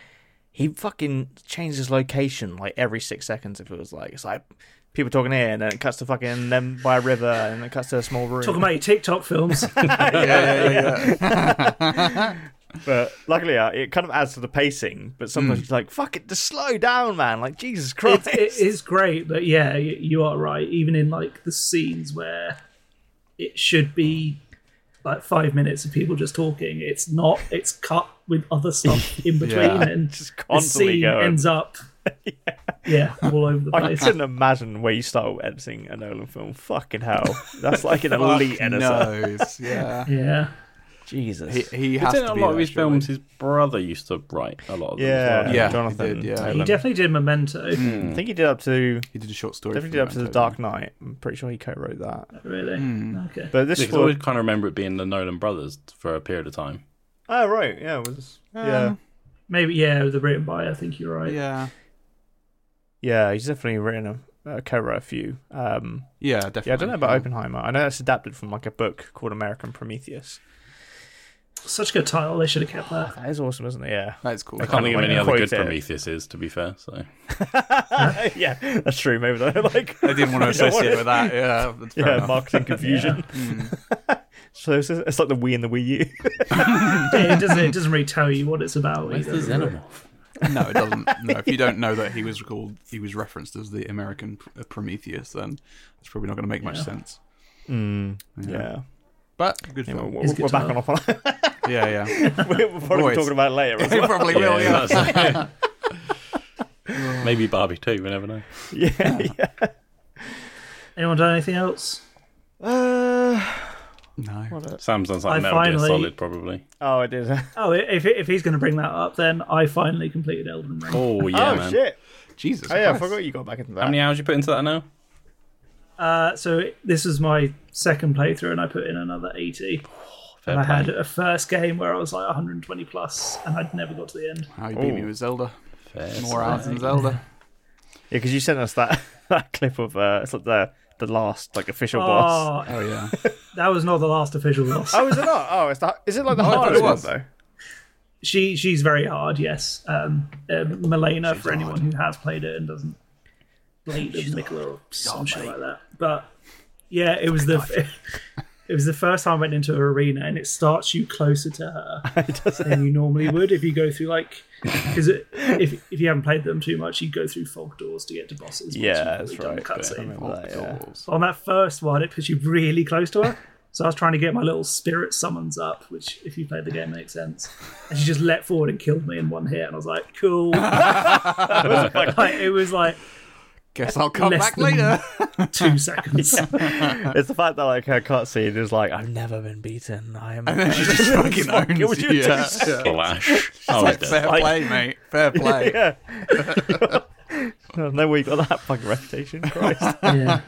Speaker 2: he fucking changed his location like every six seconds. If it was like, it's like people talking here, and then it cuts to fucking them by a river, and it cuts to a small room.
Speaker 4: Talking about your TikTok films.
Speaker 3: yeah, yeah, yeah.
Speaker 2: But luckily, uh, it kind of adds to the pacing. But
Speaker 4: Hmm.
Speaker 2: sometimes it's like, "Fuck it, just slow down, man!" Like Jesus
Speaker 4: it,
Speaker 2: Christ.
Speaker 4: it is great, but yeah, y- you are right. Even in like the scenes where it should be like five minutes of people just talking, it's not. It's cut with other stuff in between, and
Speaker 2: Just
Speaker 4: the
Speaker 2: constantly
Speaker 4: scene
Speaker 2: going.
Speaker 4: ends up yeah. all over the
Speaker 2: I
Speaker 4: place.
Speaker 2: couldn't imagine where you start editing a Nolan film. Fucking hell, that's like an
Speaker 3: Fuck
Speaker 2: elite editor.
Speaker 3: knows. Yeah.
Speaker 4: yeah,
Speaker 2: Jesus.
Speaker 3: He, he
Speaker 1: It's
Speaker 3: has
Speaker 1: in
Speaker 3: to
Speaker 1: a
Speaker 3: be
Speaker 1: lot
Speaker 3: there,
Speaker 1: of his
Speaker 3: surely.
Speaker 1: films. His brother used to write a lot of them. as
Speaker 2: yeah,
Speaker 1: well. Hmm.
Speaker 3: Yeah, he
Speaker 2: Jonathan.
Speaker 3: did, yeah.
Speaker 2: Taylor.
Speaker 4: he definitely did Memento.
Speaker 2: I think he did up to
Speaker 3: He did a short story.
Speaker 2: definitely did
Speaker 3: for
Speaker 2: up to the
Speaker 3: Memento.
Speaker 2: Dark Knight. I'm pretty sure he co-wrote that.
Speaker 4: Really,
Speaker 3: Hmm.
Speaker 4: okay.
Speaker 2: But this
Speaker 1: Because I
Speaker 2: was
Speaker 1: always kind of remember it being the Nolan brothers for a period of time.
Speaker 2: oh right, yeah, it was yeah,
Speaker 4: Maybe yeah, with the written by. I think you're right.
Speaker 3: Yeah.
Speaker 2: yeah. He's definitely written a uh, co-wrote a few. Um,
Speaker 3: Yeah, definitely.
Speaker 2: yeah, I don't know about Oppenheimer. I know that's adapted from like a book called American Prometheus.
Speaker 4: Such a good title. They should have kept that.
Speaker 2: Ah, That is awesome, isn't it? Yeah,
Speaker 3: That's cool.
Speaker 1: I can't think of
Speaker 2: like
Speaker 1: any other
Speaker 2: quote
Speaker 1: good
Speaker 2: it.
Speaker 1: Prometheus to be fair. So
Speaker 2: yeah, that's true. Maybe they're like
Speaker 3: I didn't want to associate with that. Yeah, that's fair
Speaker 2: yeah,
Speaker 3: enough.
Speaker 2: marketing confusion. so it's, it's like the Wii and the Wii U.
Speaker 4: Yeah, it doesn't. It doesn't really tell you what it's about. either.
Speaker 3: No, it doesn't. No, if you don't know that he was called, he was referenced as the American Pr- uh, Prometheus, then it's probably not going to make much sense.
Speaker 2: yeah,
Speaker 3: But good
Speaker 2: yeah we're,
Speaker 3: film.
Speaker 2: we're,
Speaker 4: It's
Speaker 2: we're
Speaker 4: good
Speaker 2: back
Speaker 4: to
Speaker 2: on
Speaker 4: know.
Speaker 2: off on
Speaker 3: Yeah, yeah.
Speaker 2: we're we're probably
Speaker 3: Boys.
Speaker 2: talking about it later. as
Speaker 3: It
Speaker 2: well.
Speaker 3: probably will.
Speaker 1: Yeah,
Speaker 3: Yeah.
Speaker 1: that's- Maybe Barbie too. We never know.
Speaker 2: yeah, yeah.
Speaker 4: Anyone done anything else?
Speaker 2: Uh,
Speaker 3: No.
Speaker 1: Sam's done something
Speaker 4: I
Speaker 1: that would be a
Speaker 4: finally-
Speaker 1: solid, probably.
Speaker 2: oh, it is.
Speaker 4: Oh, if if he's going to bring that up, then I finally completed Elden Ring.
Speaker 1: Oh yeah,
Speaker 2: oh
Speaker 1: man.
Speaker 2: shit!
Speaker 3: Jesus.
Speaker 2: Oh yeah, I
Speaker 3: Christ.
Speaker 2: forgot you got back into that.
Speaker 1: How many hours you put into that now?
Speaker 4: Uh, so this is my second playthrough, and I put in another eighty.
Speaker 1: Fair
Speaker 4: And I
Speaker 1: play.
Speaker 4: had a first game where I was like 120 plus, and I'd never got to the end.
Speaker 3: How you beat me
Speaker 2: Oh.
Speaker 3: with Zelda?
Speaker 1: Fair
Speaker 3: More hours than Zelda.
Speaker 2: Yeah, because you sent us that that clip of uh, it's like the the last like official boss.
Speaker 4: Oh,
Speaker 3: Oh yeah.
Speaker 4: that was not the last official boss.
Speaker 2: Oh, is it not? Oh, it's that. Is it like the
Speaker 3: I thought
Speaker 2: hardest
Speaker 3: it
Speaker 2: one
Speaker 3: was.
Speaker 2: though?
Speaker 4: She she's very hard. Yes, um, uh, Milena for anyone who has played it and doesn't. Blade of Nicola or some shit like that. But yeah, it was the it was the first time I went into her arena, and it starts you closer to her than you normally would if you go through like because if if you haven't played them too much, you go through fog doors to get to bosses. once
Speaker 2: Yeah,
Speaker 4: you've
Speaker 2: that's
Speaker 4: already done
Speaker 2: right.
Speaker 4: the cutscene.
Speaker 2: Like, yeah.
Speaker 3: Balls.
Speaker 4: So on that first one, it puts you really close to her. So I was trying to get my little spirit summons up, which, if you played the game, makes sense. And she just leapt forward and killed me in one hit, and I was like, "Cool." Like, it was like
Speaker 3: Guess I'll come
Speaker 4: Less
Speaker 3: back
Speaker 4: than-
Speaker 3: later.
Speaker 4: two seconds.
Speaker 2: It's the fact that like her cutscene is like I've never been beaten. I am.
Speaker 3: She just fucking owns
Speaker 2: would you
Speaker 3: you. Yeah. Yeah.
Speaker 1: Flash. I was dead.
Speaker 3: Fair play, mate. Fair play.
Speaker 2: yeah. no, no, we got that fucking reputation. Christ.
Speaker 4: Yeah.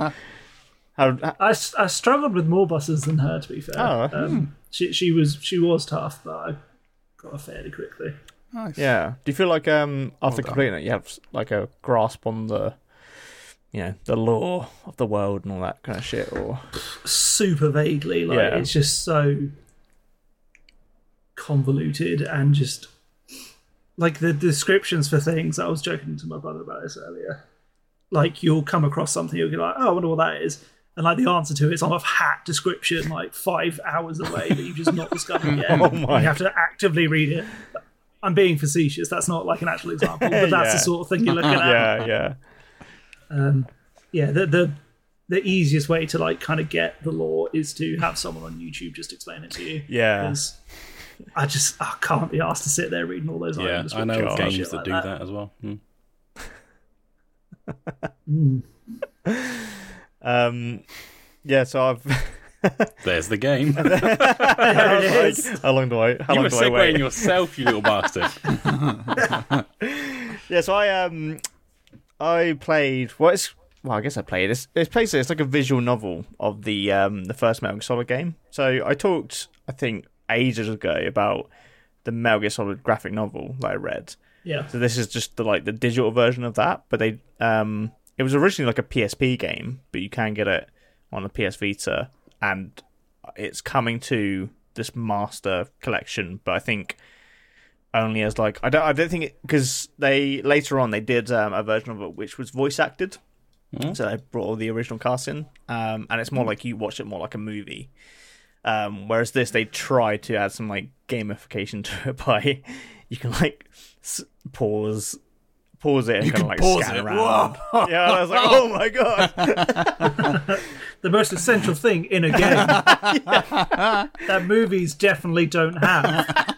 Speaker 2: How, uh, how,
Speaker 4: I, s- I struggled with more bosses than her, to be fair.
Speaker 2: Oh,
Speaker 4: um, she she was she was tough, but I got her fairly quickly.
Speaker 3: Nice.
Speaker 2: yeah. Do you feel like um after completing it, you have like a grasp on the, you know, the lore of the world and all that kind of shit, or
Speaker 4: super vaguely. Like
Speaker 2: Yeah.
Speaker 4: it's just so convoluted and just like the descriptions for things. I was joking to my brother about this earlier. Like you'll come across something, you'll be like, "Oh, I wonder what that is," and like the answer to it is on a hat description, like five hours away that you've just not discovered yet.
Speaker 2: Oh my.
Speaker 4: You have to actively read it. I'm being facetious. That's not like an actual example, but that's
Speaker 2: Yeah.
Speaker 4: the sort of thing you're looking at
Speaker 2: yeah, yeah,
Speaker 4: yeah the the the easiest way to like kind of get the law is to have someone on youtube just explain it to you
Speaker 2: yeah.
Speaker 4: 'Cause i just i can't be asked to sit there reading all those
Speaker 1: Yeah,
Speaker 4: items
Speaker 1: I know
Speaker 4: with
Speaker 1: games
Speaker 4: shit
Speaker 1: that
Speaker 4: like
Speaker 1: do that as well. Mm.
Speaker 2: Um, yeah. So I've.
Speaker 1: There's the game.
Speaker 4: There it
Speaker 2: I was
Speaker 4: is.
Speaker 2: like, how long do I? How
Speaker 1: you
Speaker 2: long
Speaker 1: were
Speaker 2: do I wait?
Speaker 1: segueing yourself, you little bastard.
Speaker 2: Yeah, so I um, I played. Well, it's well, I guess I played. It's it's basically it's like a visual novel of the um the first Metal Gear Solid game. So I talked, I think, ages ago about the Metal Gear Solid graphic novel that I read.
Speaker 4: yeah
Speaker 2: So this is just the like the digital version of that, but they um it was originally like a PSP game, but you can get it on the PS Vita and it's coming to this master collection, but I think only as like I don't I don't think it because they later on they did um, a version of it which was voice acted. So they brought all the original cast in, um, and it's
Speaker 1: Hmm.
Speaker 2: more like you watch it more like a movie. Um, whereas this, they try to add some like gamification to it by you can like s- pause, pause it and kind of like
Speaker 3: pause
Speaker 2: scan
Speaker 3: it.
Speaker 2: around. Yeah, and I was like, oh my god,
Speaker 4: The most essential thing in a game that movies definitely don't have.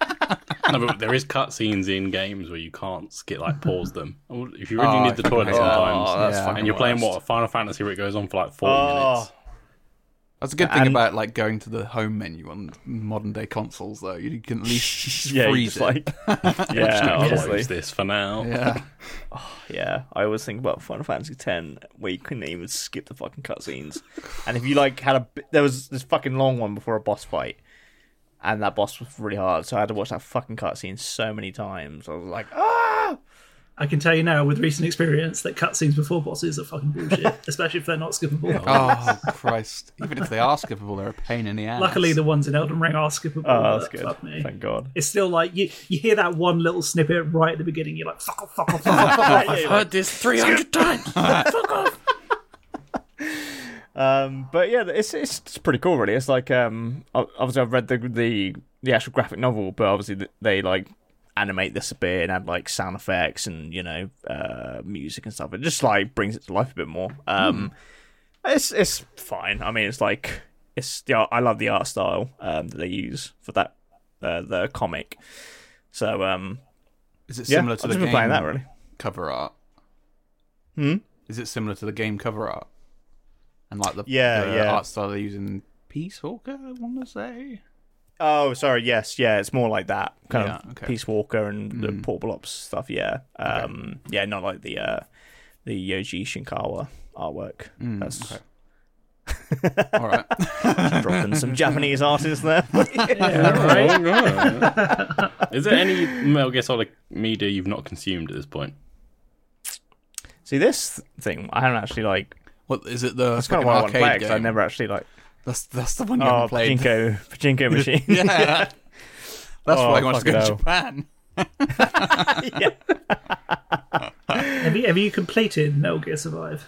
Speaker 1: No, but there is cutscenes in games where you can't skip, like pause them. If you really
Speaker 3: Oh,
Speaker 1: need the
Speaker 3: I
Speaker 1: toilet
Speaker 3: hate that.
Speaker 1: sometimes,
Speaker 3: Oh, that's
Speaker 1: yeah.
Speaker 3: fucking
Speaker 1: and you're playing
Speaker 3: worst.
Speaker 1: what Final Fantasy where it goes on for like four
Speaker 2: Oh.
Speaker 1: minutes.
Speaker 3: That's a good thing
Speaker 2: And-
Speaker 3: about like going to the home menu on modern day consoles, though. You can at least
Speaker 2: yeah, you
Speaker 3: freeze
Speaker 2: just,
Speaker 3: it.
Speaker 2: like
Speaker 1: Just
Speaker 2: yeah,
Speaker 1: gonna
Speaker 2: honestly,
Speaker 1: close this for now.
Speaker 3: Yeah,
Speaker 2: yeah. I always think about Final Fantasy X where you couldn't even skip the fucking cutscenes, and if you like had a bi- there was this fucking long one before a boss fight. And that boss was really hard, so I had to watch that fucking cutscene so many times. I was like, "Ah,
Speaker 4: I can tell you now with recent experience that cutscenes before bosses are fucking bullshit, especially if they're not skippable.
Speaker 3: Oh Christ! Even if they are skippable, they're a pain in the ass.
Speaker 4: Luckily, the ones in Elden Ring are skippable.
Speaker 2: Oh, that's
Speaker 4: but
Speaker 2: good.
Speaker 4: fuck me.
Speaker 2: Thank God.
Speaker 4: It's still like you, you hear that one little snippet right at the beginning. You're like, fuck off, fuck off, fuck off, fuck off.
Speaker 1: I've heard this 300 times.
Speaker 2: Um, but yeah, it's, it's it's pretty cool, really. It's like um, ob- obviously I've read the the the actual graphic novel, but obviously th- they like animate this a bit and add like sound effects and you know uh, music and stuff. It just like brings it to life a bit more. Um,
Speaker 3: Hmm.
Speaker 2: It's it's fine. I mean, it's like it's the art- I love the art style um, that they use for that uh, the comic. So um,
Speaker 3: is it
Speaker 2: yeah,
Speaker 3: similar to
Speaker 2: I've
Speaker 3: the
Speaker 2: just been
Speaker 3: game
Speaker 2: playing that really.
Speaker 3: cover art?
Speaker 2: Hmm?
Speaker 3: Is it similar to the game cover art? And like the
Speaker 2: Yeah,
Speaker 3: the
Speaker 2: yeah.
Speaker 3: art style they're using. Peace Hawker, I want to say.
Speaker 2: Oh, sorry. Yes, yeah. It's more like that kind
Speaker 3: Yeah,
Speaker 2: of
Speaker 3: okay. Mm.
Speaker 2: Peace Walker and the portable ops stuff. Yeah, um, yeah. Not like the uh, the Yoji Shinkawa artwork.
Speaker 3: Mm,
Speaker 2: That's
Speaker 3: All right.
Speaker 2: dropping some Japanese artists there.
Speaker 4: Right?
Speaker 1: Is there any Metal Gear Solid media you've not consumed at this point?
Speaker 2: See this thing? I haven't actually like.
Speaker 3: What is it? The
Speaker 2: That's kind of
Speaker 3: fucking
Speaker 2: why I want to play
Speaker 3: arcade
Speaker 2: 'cause
Speaker 3: game.
Speaker 2: I never actually like.
Speaker 3: That's that's the one you
Speaker 2: Oh,
Speaker 3: haven't played.
Speaker 2: pachinko, pachinko machine.
Speaker 3: yeah, that's
Speaker 2: Oh,
Speaker 3: why I want to
Speaker 2: fucking
Speaker 3: go to
Speaker 2: hell.
Speaker 3: Japan.
Speaker 4: have, you, have you completed Metal Gear Survive?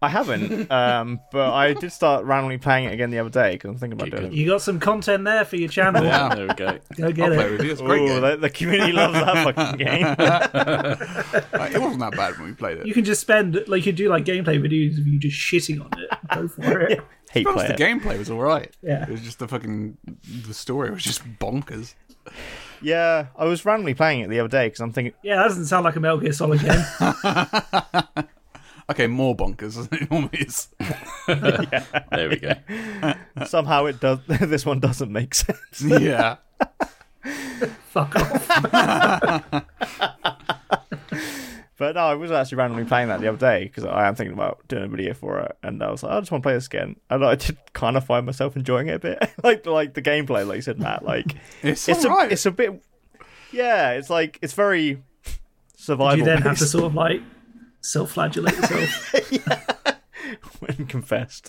Speaker 2: I haven't, um, but I did start randomly playing it again the other day because I'm thinking about
Speaker 1: Okay,
Speaker 2: doing it.
Speaker 4: You got some content there for your channel.
Speaker 3: Yeah.
Speaker 1: There we go.
Speaker 4: Go
Speaker 3: I'll
Speaker 4: get
Speaker 3: play
Speaker 4: it.
Speaker 3: with you. It's a great
Speaker 2: Ooh,
Speaker 3: game.
Speaker 2: the, the community loves that fucking game.
Speaker 3: Uh, it wasn't that bad when we played it.
Speaker 4: You can just spend like you can do like gameplay videos of you just shitting on it. Go for it.
Speaker 2: Hate
Speaker 3: Plus,
Speaker 2: play
Speaker 3: the
Speaker 2: it.
Speaker 3: gameplay was all right.
Speaker 4: Yeah.
Speaker 3: it was just the fucking the story was just bonkers.
Speaker 2: Yeah, I was randomly playing it the other day because I'm thinking.
Speaker 4: Yeah, that doesn't sound like a Metal Gear Solid game.
Speaker 3: Okay, more bonkers than it normally is.
Speaker 1: There we go.
Speaker 2: somehow it does this one doesn't make sense
Speaker 3: yeah,
Speaker 4: Fuck off.
Speaker 2: but no i was actually randomly playing that the other day because i am thinking about doing a video for it and i was like i just want to play this again and i did kind of find myself enjoying it a bit like like the gameplay like you said matt like
Speaker 3: it's,
Speaker 2: it's a,
Speaker 3: all right.
Speaker 2: it's a bit yeah it's like it's very survival
Speaker 4: You then have to
Speaker 2: based
Speaker 4: sort of like self-flagellate yourself.
Speaker 2: when confessed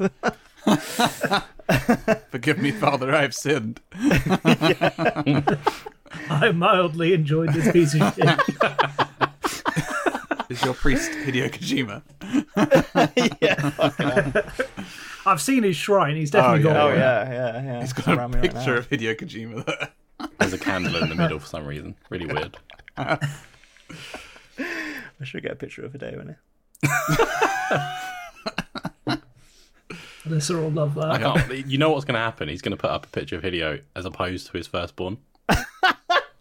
Speaker 3: Forgive me, Father, I have sinned.
Speaker 4: I mildly enjoyed this piece of shit.
Speaker 3: Is your priest Hideo Kojima?
Speaker 4: I've seen his shrine. He's definitely
Speaker 3: yeah.
Speaker 2: oh
Speaker 4: got one.
Speaker 2: yeah yeah yeah
Speaker 3: He's
Speaker 2: It's
Speaker 3: got a
Speaker 2: around me right now.
Speaker 3: picture of Hideo Kojima there.
Speaker 1: There's a candle in the middle for some reason. Really weird.
Speaker 2: i should get a picture of a day when it
Speaker 4: Alyssa will love that.
Speaker 1: I can't. believe- You know what's going to happen? He's going to put up a picture of Hideo as opposed to his firstborn.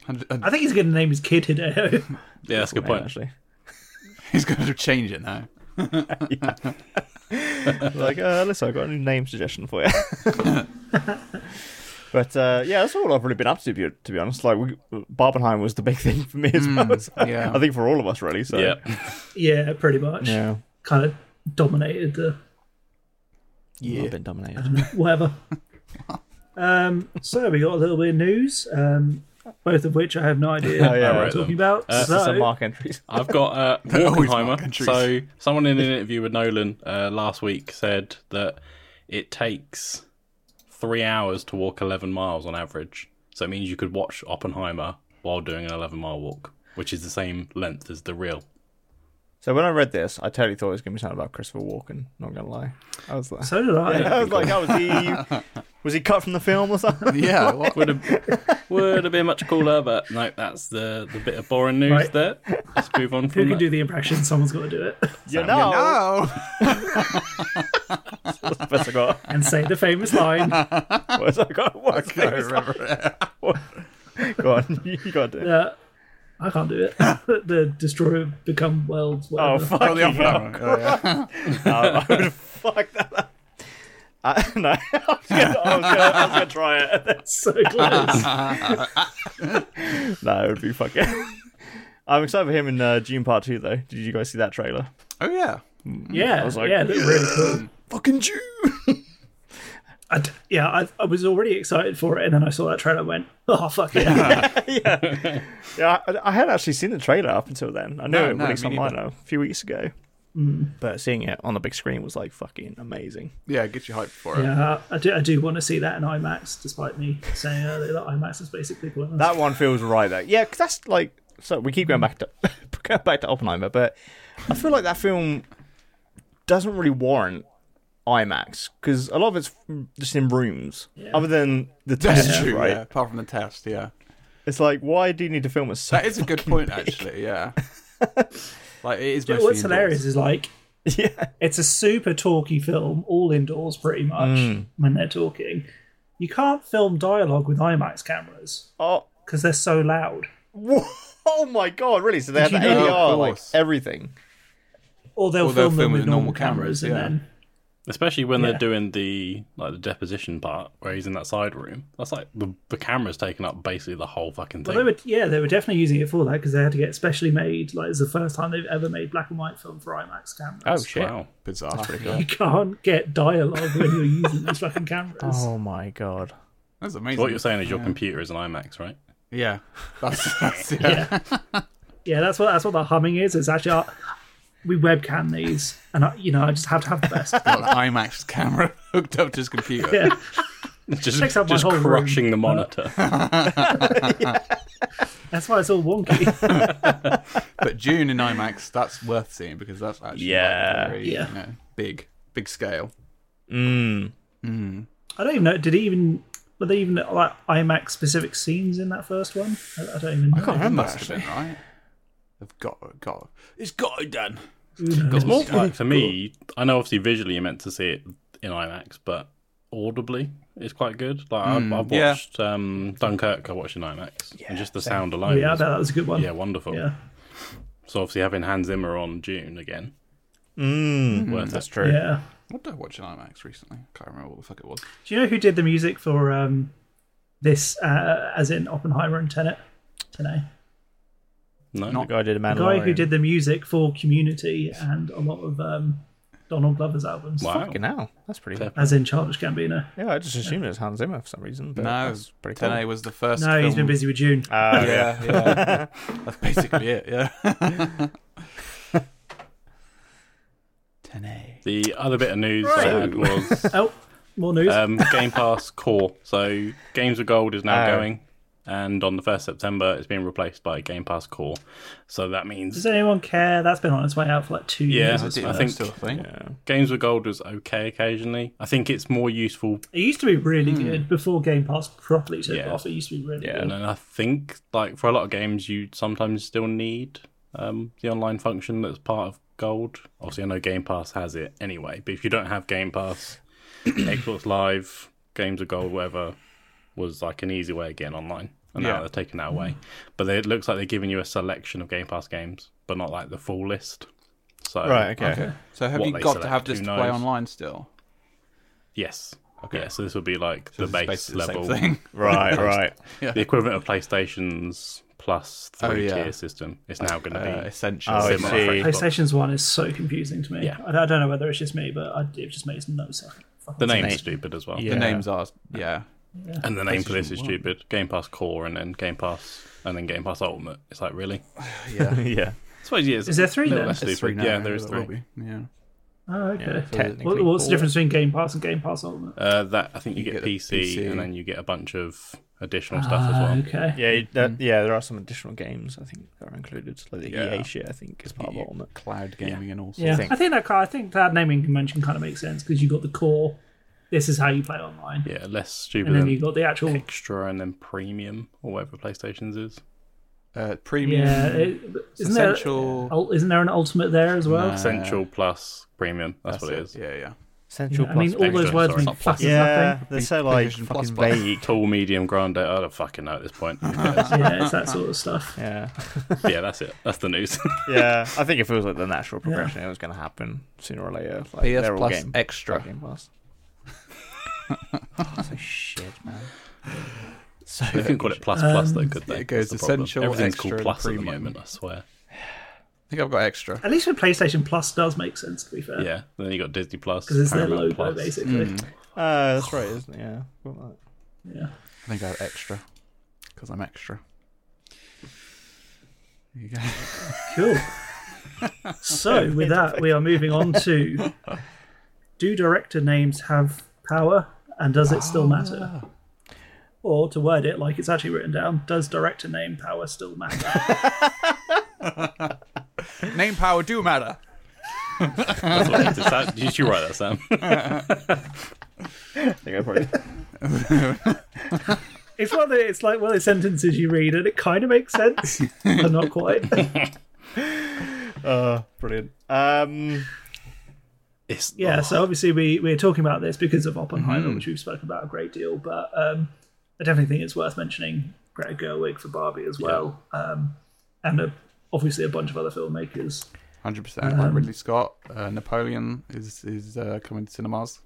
Speaker 3: And, and
Speaker 4: I think he's going to name his kid Hideo.
Speaker 1: Yeah, that's a good
Speaker 2: Name,
Speaker 1: point.
Speaker 2: actually
Speaker 3: he's going to change it now.
Speaker 2: like, uh, listen, I've got a new name suggestion for you. but uh, yeah, that's all I've really been up to, be- to be honest. Like, we, Barbenheim was the big thing for me as well. So,
Speaker 3: yeah.
Speaker 2: I think for all of us, really. So
Speaker 1: Yeah.
Speaker 4: yeah, pretty much.
Speaker 2: yeah,
Speaker 4: Kind of dominated the
Speaker 2: yeah. I've been dominated.
Speaker 4: whatever. um, so we got a little bit of news, um, both of which I have no idea
Speaker 2: Oh, yeah.
Speaker 4: what we're
Speaker 1: Alright
Speaker 4: talking
Speaker 1: then.
Speaker 4: about.
Speaker 1: Uh,
Speaker 2: There's
Speaker 4: so
Speaker 2: some mark entries.
Speaker 1: I've got uh,
Speaker 3: always
Speaker 1: Walkenheimer.
Speaker 3: mark entries.
Speaker 1: so someone in an interview with Nolan uh, last week said that it takes three hours to walk 11 miles on average. So it means you could watch Oppenheimer while doing an 11 mile walk, which is the same length as the real.
Speaker 2: So when I read this, I totally thought it was going to be something about Christopher Walken. Not gonna lie, I was like,
Speaker 4: So did I.
Speaker 2: I was like, oh, was he was he cut from the film or something?
Speaker 3: Yeah, what?
Speaker 1: Would have would have been much cooler, but no, that's the the bit of boring news
Speaker 4: Right.
Speaker 1: there. Let's move on
Speaker 4: Who
Speaker 1: from
Speaker 4: can
Speaker 1: that.
Speaker 4: do the impression? Someone's got to do it
Speaker 2: You know,
Speaker 3: No.
Speaker 2: What's I got?
Speaker 4: and say the famous line.
Speaker 2: What's I got? What's
Speaker 3: I can't remember it.
Speaker 2: Go on, you got it.
Speaker 4: Uh, I can't do it. the destroyer become worlds.
Speaker 2: Oh
Speaker 4: Whatever.
Speaker 2: fuck!
Speaker 3: Oh, the
Speaker 2: you,
Speaker 3: Oppenheimer one. Oh, yeah.
Speaker 2: I would have fucked that up. I, no, I was gonna, I was gonna, I was gonna try it.
Speaker 4: so close.
Speaker 2: No, it would be fucking. I'm excited for him in uh, June Part Two, though. Did you guys see that trailer?
Speaker 3: Oh, yeah.
Speaker 4: Yeah,
Speaker 2: was like,
Speaker 4: yeah, they're really cool.
Speaker 2: Fucking June.
Speaker 4: I d yeah, I, I was already excited for it, and then I saw that trailer, and went, oh fuck yeah.
Speaker 2: Yeah, I, I had actually seen the trailer up until then. I knew
Speaker 3: No,
Speaker 2: it
Speaker 3: no,
Speaker 2: released
Speaker 3: me
Speaker 2: online
Speaker 3: neither.
Speaker 2: a few weeks ago, but seeing it on the big screen was like fucking amazing.
Speaker 3: Yeah, get you hyped for it.
Speaker 4: yeah, I do, I do want to see that in IMAX, despite me saying earlier that IMAX is basically pointless.
Speaker 2: That one feels right though. Yeah, because that's like so we keep going back to go back to Oppenheimer, but I feel like that film doesn't really warrant IMAX because a lot of it's just in rooms. Other than the
Speaker 3: That's
Speaker 2: test,
Speaker 3: true,
Speaker 2: right?
Speaker 3: yeah. Apart from the test, yeah.
Speaker 2: It's like why do you need to film it so?
Speaker 3: That is a good point, actually, yeah. Like, it is
Speaker 4: You know
Speaker 3: mostly
Speaker 4: what's
Speaker 3: indoors.
Speaker 4: hilarious is like
Speaker 2: yeah,
Speaker 4: it's a super talky film, all indoors pretty much when they're talking. You can't film dialogue with IMAX cameras
Speaker 2: Oh,
Speaker 4: because they're so loud.
Speaker 2: whoa, oh my god, really? So they had
Speaker 4: you
Speaker 2: the
Speaker 4: know-
Speaker 2: ADR,
Speaker 3: Of
Speaker 2: like
Speaker 3: course.
Speaker 2: everything.
Speaker 4: Or they'll,
Speaker 3: Or they'll
Speaker 4: film, them with normal cameras,
Speaker 3: cameras, yeah.
Speaker 4: and then
Speaker 1: Especially when
Speaker 4: Yeah.
Speaker 1: they're doing the like the deposition part where he's in that side room. That's like the, the camera's taking up basically the whole fucking
Speaker 4: well,
Speaker 1: thing.
Speaker 4: they were yeah they were definitely using it for that because they had to get specially made. Like it's the first time they've ever made black and white film for IMAX cameras.
Speaker 1: Oh, wow.
Speaker 3: Bizarre. That's pretty
Speaker 4: You can't get dialogue when you're using these fucking cameras.
Speaker 2: Oh my god.
Speaker 3: That's amazing.
Speaker 1: What you're saying is your computer is an IMAX, right?
Speaker 3: Yeah. That's, that's yeah.
Speaker 4: Yeah, yeah, that's what that's what the humming is. It's actually uh, we webcam these, and I, you know I just have to have the best.
Speaker 3: Got an IMAX camera hooked up to his computer.
Speaker 4: Yeah.
Speaker 1: Just,
Speaker 4: Takes up my
Speaker 1: just
Speaker 4: whole room.
Speaker 1: crushing the monitor.
Speaker 4: That's why it's all wonky.
Speaker 3: But June in IMAX, that's worth seeing because that's actually
Speaker 2: Yeah.
Speaker 3: like very,
Speaker 4: Yeah.
Speaker 3: You know, big, big scale.
Speaker 2: Mm.
Speaker 4: I don't even know. Did he even were they even like IMAX specific scenes in that first one? I, I don't even. Know.
Speaker 3: I can't remember. Must have been right. They've got, got, it's got to be done.
Speaker 1: It's more like for me, I know obviously visually you're meant to see it in IMAX, but audibly it's quite good. Like I've, I've
Speaker 3: yeah.
Speaker 1: watched um, Dunkirk, I watched in IMAX, and just the sound alone,
Speaker 4: Hmm, Yeah, I
Speaker 1: was-
Speaker 4: bet that was a good one.
Speaker 1: yeah, wonderful.
Speaker 4: yeah.
Speaker 1: So obviously having Hans Zimmer on June again,
Speaker 2: Mm.
Speaker 1: worth
Speaker 2: That's
Speaker 1: it.
Speaker 2: true.
Speaker 4: Yeah.
Speaker 3: What did I watch in IMAX recently? I can't remember what the fuck it was.
Speaker 4: Do you know who did the music for um, this, uh, as in Oppenheimer and Tenet? Tenet.
Speaker 1: No,
Speaker 2: The guy did a
Speaker 4: The guy who did the music for Community and a lot of um, Donald Glover's albums,
Speaker 1: wow,
Speaker 2: Fucking hell, that's pretty.
Speaker 1: Fair.
Speaker 4: as in Childish Gambino.
Speaker 2: Yeah, I just assumed it was Hans Zimmer for some reason. But
Speaker 3: No,
Speaker 2: that's pretty cool.
Speaker 3: Tenet was the first.
Speaker 4: No, he's been
Speaker 3: film-
Speaker 4: busy with June.
Speaker 2: Ah, okay.
Speaker 3: Yeah, yeah. that's basically it. Yeah. Tenet.
Speaker 1: The other bit of news I had was
Speaker 4: oh, more news.
Speaker 1: um, Game Pass Core. So Games with Gold is now
Speaker 2: Oh.
Speaker 1: going, and on the first September, it's being replaced by Game Pass Core. So that
Speaker 4: Does
Speaker 1: means
Speaker 4: anyone care? That's been on its way out for like two
Speaker 1: Yeah,
Speaker 4: years.
Speaker 1: I
Speaker 4: or
Speaker 1: did.
Speaker 4: so.
Speaker 1: I
Speaker 3: That's
Speaker 1: think-
Speaker 3: still a thing.
Speaker 1: Games with Gold was okay occasionally. I think it's more useful,
Speaker 4: It used to be really good before Game Pass properly took
Speaker 1: Hmm. Yeah.
Speaker 4: off. It used to be really
Speaker 2: Yeah.
Speaker 4: good.
Speaker 1: and I think like for a lot of games, you sometimes still need um, the online function that's part of Gold. Obviously, I know Game Pass has it anyway, but if you don't have Game Pass, Xbox Live, Games with Gold, whatever, was like an easy way of getting online. And
Speaker 3: Yeah.
Speaker 1: now they're taking that away. But they, it looks like they're giving you a selection of Game Pass games, but not like the full list.
Speaker 3: Oh,
Speaker 1: So,
Speaker 2: Right. Okay.
Speaker 3: So have
Speaker 1: What
Speaker 3: you
Speaker 1: they
Speaker 3: got to have
Speaker 1: select,
Speaker 3: this
Speaker 1: who
Speaker 3: to play
Speaker 1: knows?
Speaker 3: online still?
Speaker 1: yes. Okay. Yeah, so this would be like
Speaker 3: So
Speaker 1: the
Speaker 3: this is
Speaker 1: base
Speaker 3: basically the
Speaker 1: level.
Speaker 3: same thing.
Speaker 2: Right. Right.
Speaker 1: the equivalent of PlayStation's plus
Speaker 3: Oh,
Speaker 1: three
Speaker 3: yeah.
Speaker 1: tier system is now going to
Speaker 3: Uh,
Speaker 1: be
Speaker 3: essential.
Speaker 2: Oh, I
Speaker 1: similar.
Speaker 2: see.
Speaker 1: for Xbox.
Speaker 4: PlayStation's one is so confusing to me.
Speaker 1: Yeah.
Speaker 4: I, I don't know whether it's just me, but I, it just makes no sense.
Speaker 1: The name's
Speaker 2: name.
Speaker 1: stupid as well,
Speaker 2: Yeah.
Speaker 3: The names are yeah.
Speaker 1: and the name for this is
Speaker 3: PlayStation
Speaker 1: stupid. Game Pass Core, and then Game Pass, and then Game Pass Ultimate. It's like really.
Speaker 3: Yeah.
Speaker 2: yeah.
Speaker 1: I suppose yeah, it's
Speaker 4: Is there three
Speaker 1: a little
Speaker 4: then?
Speaker 1: less
Speaker 3: It's three
Speaker 1: stupid.
Speaker 3: now.
Speaker 1: Yeah, there is
Speaker 3: there will
Speaker 1: three.
Speaker 3: be, Yeah.
Speaker 4: Oh, okay.
Speaker 2: Technically.
Speaker 4: what, what's the
Speaker 2: four.
Speaker 4: difference between Game Pass and Game Pass Ultimate?
Speaker 1: Uh, that I think you,
Speaker 3: You
Speaker 1: get,
Speaker 3: get the
Speaker 1: PC,
Speaker 3: PC.
Speaker 1: and then you get a bunch of additional stuff as well.
Speaker 4: Uh, Ah, Okay.
Speaker 2: Yeah, you-
Speaker 4: Mm.
Speaker 2: there, yeah, there are some additional games I think that are included, like the
Speaker 3: Yeah.
Speaker 2: EA shit. I think is part of
Speaker 3: Yeah.
Speaker 2: Ultimate.
Speaker 3: Cloud gaming and all sorts.
Speaker 4: Yeah,
Speaker 2: think.
Speaker 4: I think that ki- I think that naming convention kind of makes sense because you got the core. This is how you play online,
Speaker 1: Yeah, less stupid
Speaker 4: and then
Speaker 1: than
Speaker 4: you got the actual.
Speaker 1: extra and then premium or whatever PlayStation's is.
Speaker 3: Uh, premium,
Speaker 4: Yeah, it, isn't there? Oh,
Speaker 3: essential.
Speaker 4: ul- Isn't there an ultimate there as well?
Speaker 3: No.
Speaker 1: Essential plus premium. That's, what it is.
Speaker 3: Yeah, yeah.
Speaker 2: Central
Speaker 4: I mean, all
Speaker 1: extra,
Speaker 4: those words
Speaker 1: sorry.
Speaker 4: mean
Speaker 3: Not plus.
Speaker 4: fucking
Speaker 2: yeah,
Speaker 4: nothing.
Speaker 2: they're so like
Speaker 3: PlayStation Plus
Speaker 2: fucking
Speaker 3: Plus.
Speaker 2: vague.
Speaker 1: Tall, medium, grande. I don't fucking know at this point.
Speaker 4: Yeah, it's that sort of stuff.
Speaker 2: Yeah,
Speaker 1: yeah, that's it. That's the news.
Speaker 2: yeah. I think it feels like the natural progression. It was going to happen sooner or later. Like,
Speaker 3: PS
Speaker 2: they're all
Speaker 3: Plus
Speaker 2: game,
Speaker 3: Extra.
Speaker 2: Game Plus. Oh, so shit, man. So
Speaker 1: you can call it plus plus though, could
Speaker 3: yeah,
Speaker 1: they?
Speaker 3: Um, it goes
Speaker 1: That's the problem.
Speaker 3: essential,
Speaker 1: Everything's
Speaker 3: extra,
Speaker 1: called
Speaker 3: and
Speaker 1: plus at the
Speaker 3: premium.
Speaker 1: moment. I swear.
Speaker 3: I think I've got extra.
Speaker 4: At least with PlayStation Plus does make sense. To be fair,
Speaker 1: Yeah. Then you got Disney Plus.
Speaker 4: because it's their
Speaker 1: Paramount
Speaker 4: logo
Speaker 1: Plus. Mm.
Speaker 4: basically.
Speaker 2: Uh, that's right, isn't it? Yeah. Well, like-
Speaker 4: Yeah.
Speaker 3: I think I have extra because I'm extra. There you go.
Speaker 4: Cool. so with that, we are moving on to: Do director names have power, and does it still matter?
Speaker 1: Ah.
Speaker 4: Or to word it like it's actually written down, does director name power still matter?
Speaker 3: Name power do matter.
Speaker 1: That's what it is. Is that- Did you write that, Sam?
Speaker 2: I think I probably.
Speaker 4: it's one of the, it's like one of the sentences you read, and it kind of makes sense, but not quite.
Speaker 2: Uh, brilliant. Um,
Speaker 1: It's
Speaker 4: yeah, so obviously we we're talking about this because of Oppenheimer, which we've spoken about a great deal, but um, I definitely think it's worth mentioning Greta Gerwig for Barbie as well, um, and a, obviously a bunch of other filmmakers.
Speaker 3: Hundred percent.
Speaker 4: Um,
Speaker 3: Like Ridley Scott, uh, Napoleon is is uh, coming to cinemas,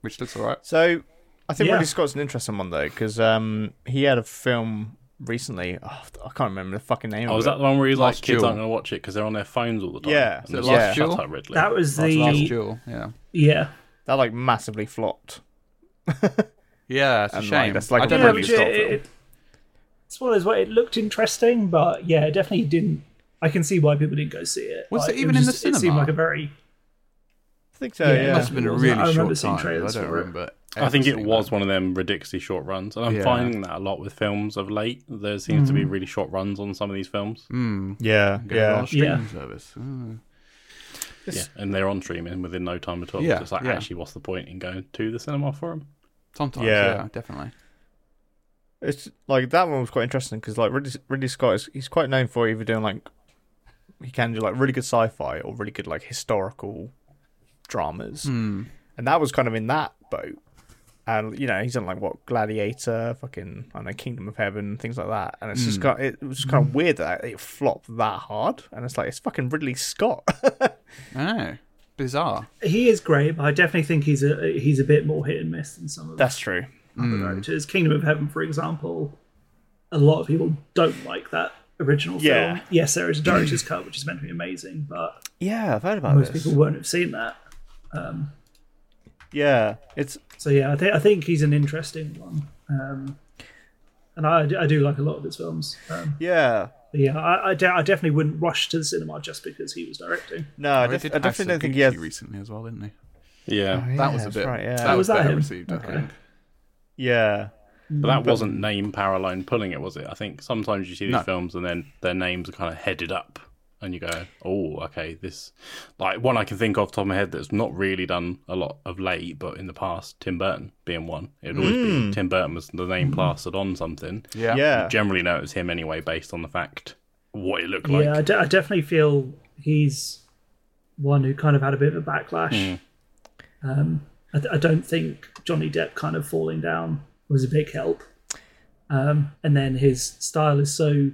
Speaker 3: which looks alright.
Speaker 2: so I think
Speaker 4: Yeah.
Speaker 2: Ridley Scott's an interesting one though, because um, he had a film recently. Oh, I can't remember the fucking name.
Speaker 1: Oh,
Speaker 2: of
Speaker 1: was
Speaker 2: it.
Speaker 1: that the one where he's like,
Speaker 3: Last
Speaker 1: kids
Speaker 3: Duel.
Speaker 1: aren't going to watch it because they're on their phones all the time?
Speaker 2: Yeah.
Speaker 1: And
Speaker 2: So
Speaker 1: it's
Speaker 2: Last
Speaker 1: like,
Speaker 3: Duel?
Speaker 1: Shut up, Ridley.
Speaker 4: That was the
Speaker 3: Last Duel. Yeah.
Speaker 4: yeah.
Speaker 2: that like massively flopped?
Speaker 3: Yeah,
Speaker 2: And,
Speaker 3: it's a
Speaker 2: like,
Speaker 3: shame.
Speaker 2: that's like
Speaker 3: I
Speaker 2: a
Speaker 3: don't
Speaker 2: Yeah,
Speaker 3: know.
Speaker 2: but
Speaker 3: if
Speaker 2: you-
Speaker 3: it's-
Speaker 2: stop film.
Speaker 4: it's one of those where it looked interesting, but yeah, it definitely didn't. I can see why people didn't go see it.
Speaker 3: Was it
Speaker 4: Like,
Speaker 3: even
Speaker 4: was
Speaker 3: in the
Speaker 4: just- It seemed
Speaker 3: cinema?
Speaker 4: like a very
Speaker 2: I think so.
Speaker 4: Yeah,
Speaker 2: Yeah.
Speaker 4: it
Speaker 3: It must have been a
Speaker 4: wasn't- I
Speaker 3: really
Speaker 4: remember
Speaker 3: short
Speaker 4: seeing
Speaker 3: time. I
Speaker 4: trailers
Speaker 3: don't
Speaker 4: for it.
Speaker 3: remember.
Speaker 1: I think it
Speaker 3: ever seeing
Speaker 1: was
Speaker 3: that.
Speaker 1: one of them ridiculously short runs, and I'm
Speaker 3: Yeah.
Speaker 1: finding that a lot with films of late. There seems to be
Speaker 4: Mm.
Speaker 1: really short runs on some of these films,
Speaker 3: Mm.
Speaker 2: Yeah.
Speaker 3: Get it
Speaker 2: Yeah.
Speaker 3: on streaming
Speaker 4: Yeah.
Speaker 3: service. Mm.
Speaker 1: yeah, and they're on streaming within no time at all.
Speaker 3: Yeah,
Speaker 1: So it's like
Speaker 3: yeah.
Speaker 1: actually, what's the point in going to the cinema for them?
Speaker 3: Sometimes,
Speaker 2: Yeah.
Speaker 3: yeah. definitely.
Speaker 2: It's like that one was quite interesting because like Ridley, Ridley Scott is he's quite known for either doing like he can do like really good sci-fi or really good like historical dramas,
Speaker 3: Mm.
Speaker 2: and that was kind of in that boat. And you know he's done like what Gladiator, fucking I don't know Kingdom of Heaven, things like that. And it's
Speaker 3: Hmm.
Speaker 2: just kind it was just kind of weird that it flopped that hard. And it's like it's fucking Ridley Scott.
Speaker 3: I know. Bizarre.
Speaker 4: He is great, but I definitely think he's a he's a bit more hit and miss than some of the
Speaker 2: That's true.
Speaker 4: other directors. Kingdom of Heaven, for example, a lot of people don't like that original
Speaker 2: Yeah.
Speaker 4: film. Yes, there is a director's cut, which is meant to be amazing, but
Speaker 2: Yeah, I've heard about
Speaker 4: most
Speaker 2: this.
Speaker 4: people won't have seen that.
Speaker 2: Yeah, it's
Speaker 4: So yeah, I think I think he's an interesting one, um, and I, I do like a lot of his films. Um,
Speaker 2: yeah.
Speaker 4: but yeah, I, I, de- I definitely wouldn't rush to the cinema just because he was directing.
Speaker 2: No, I,
Speaker 3: They
Speaker 2: def-
Speaker 3: did
Speaker 2: I
Speaker 3: have
Speaker 2: definitely
Speaker 3: some
Speaker 2: don't think
Speaker 3: Gucci
Speaker 2: he has.
Speaker 3: recently as well, didn't they? Oh,
Speaker 1: Yeah,
Speaker 2: Yeah,
Speaker 3: that was a
Speaker 2: that's
Speaker 3: bit.
Speaker 2: Right, yeah,
Speaker 3: That was,
Speaker 4: that
Speaker 3: better
Speaker 4: him?
Speaker 3: received, I think.
Speaker 2: yeah.
Speaker 1: but that wasn't name power alone pulling it, was it? I think sometimes you see these
Speaker 3: Mm, No.
Speaker 1: films and then their names are kind of headed up, and you go, "Oh, okay, this." Like one I can think of off the top of my head that's not really done a lot of late, but in the past, Tim Burton being one. It'd always be Tim Burton was the name plastered on something.
Speaker 3: Mm. Mm-hmm. Yeah.
Speaker 2: Yeah.
Speaker 1: You generally know it was him anyway, based on the fact what it looked like.
Speaker 4: Yeah, I, de- I definitely feel he's one who kind of had a bit of a backlash.
Speaker 3: Hmm.
Speaker 4: Um, I, th- I don't think Johnny Depp kind of falling down was a big help. Um, and then his style is so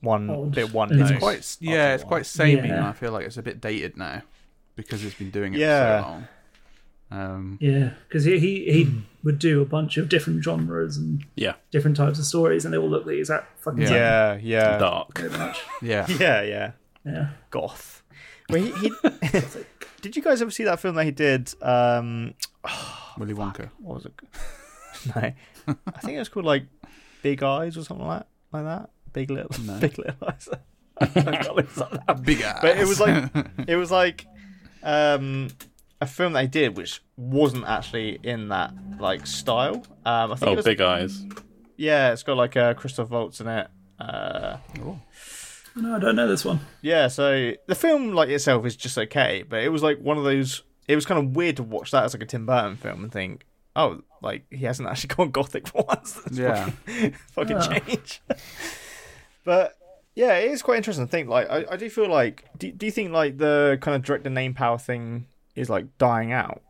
Speaker 2: one
Speaker 4: Odd.
Speaker 2: bit one
Speaker 4: And it's
Speaker 2: note.
Speaker 3: Quite, s- yeah, it's quite samey,
Speaker 4: Yeah.
Speaker 3: and I feel like it's a bit dated now because it's been doing it
Speaker 2: Yeah.
Speaker 3: for so long. Um,
Speaker 4: yeah because he he,
Speaker 3: Hmm.
Speaker 4: he would do a bunch of different genres and
Speaker 1: Yeah,
Speaker 4: different types of stories, and they all look the exact fucking same.
Speaker 2: yeah, yeah,
Speaker 1: dark.
Speaker 4: Pretty much.
Speaker 3: yeah,
Speaker 2: yeah, yeah.
Speaker 4: Yeah.
Speaker 2: Goth. Well, he, he, did you guys ever see that film that he did? Um,
Speaker 3: Willy Wonka.
Speaker 2: what was it? no, I think it was called like Big Eyes or something like like that. Big little, big little eyes. I can't look something up.
Speaker 3: Big ass.
Speaker 2: But it was like, it was like, um, a film they did which wasn't actually in that like style. Um, I think it
Speaker 1: Oh,
Speaker 2: was-
Speaker 1: big eyes.
Speaker 2: Yeah, it's got like uh, Christoph Waltz in it. Uh,
Speaker 4: No, I don't know this one.
Speaker 2: yeah, so the film like itself is just okay, but it was like one of those. It was kind of weird to watch that as like a Tim Burton film and think, oh, like he hasn't actually gone gothic once. That's
Speaker 3: Yeah.
Speaker 2: fucking, fucking change. but yeah, it is quite interesting to think. Like, I, I do feel like, do, do you think like the kind of director name power thing is like dying out?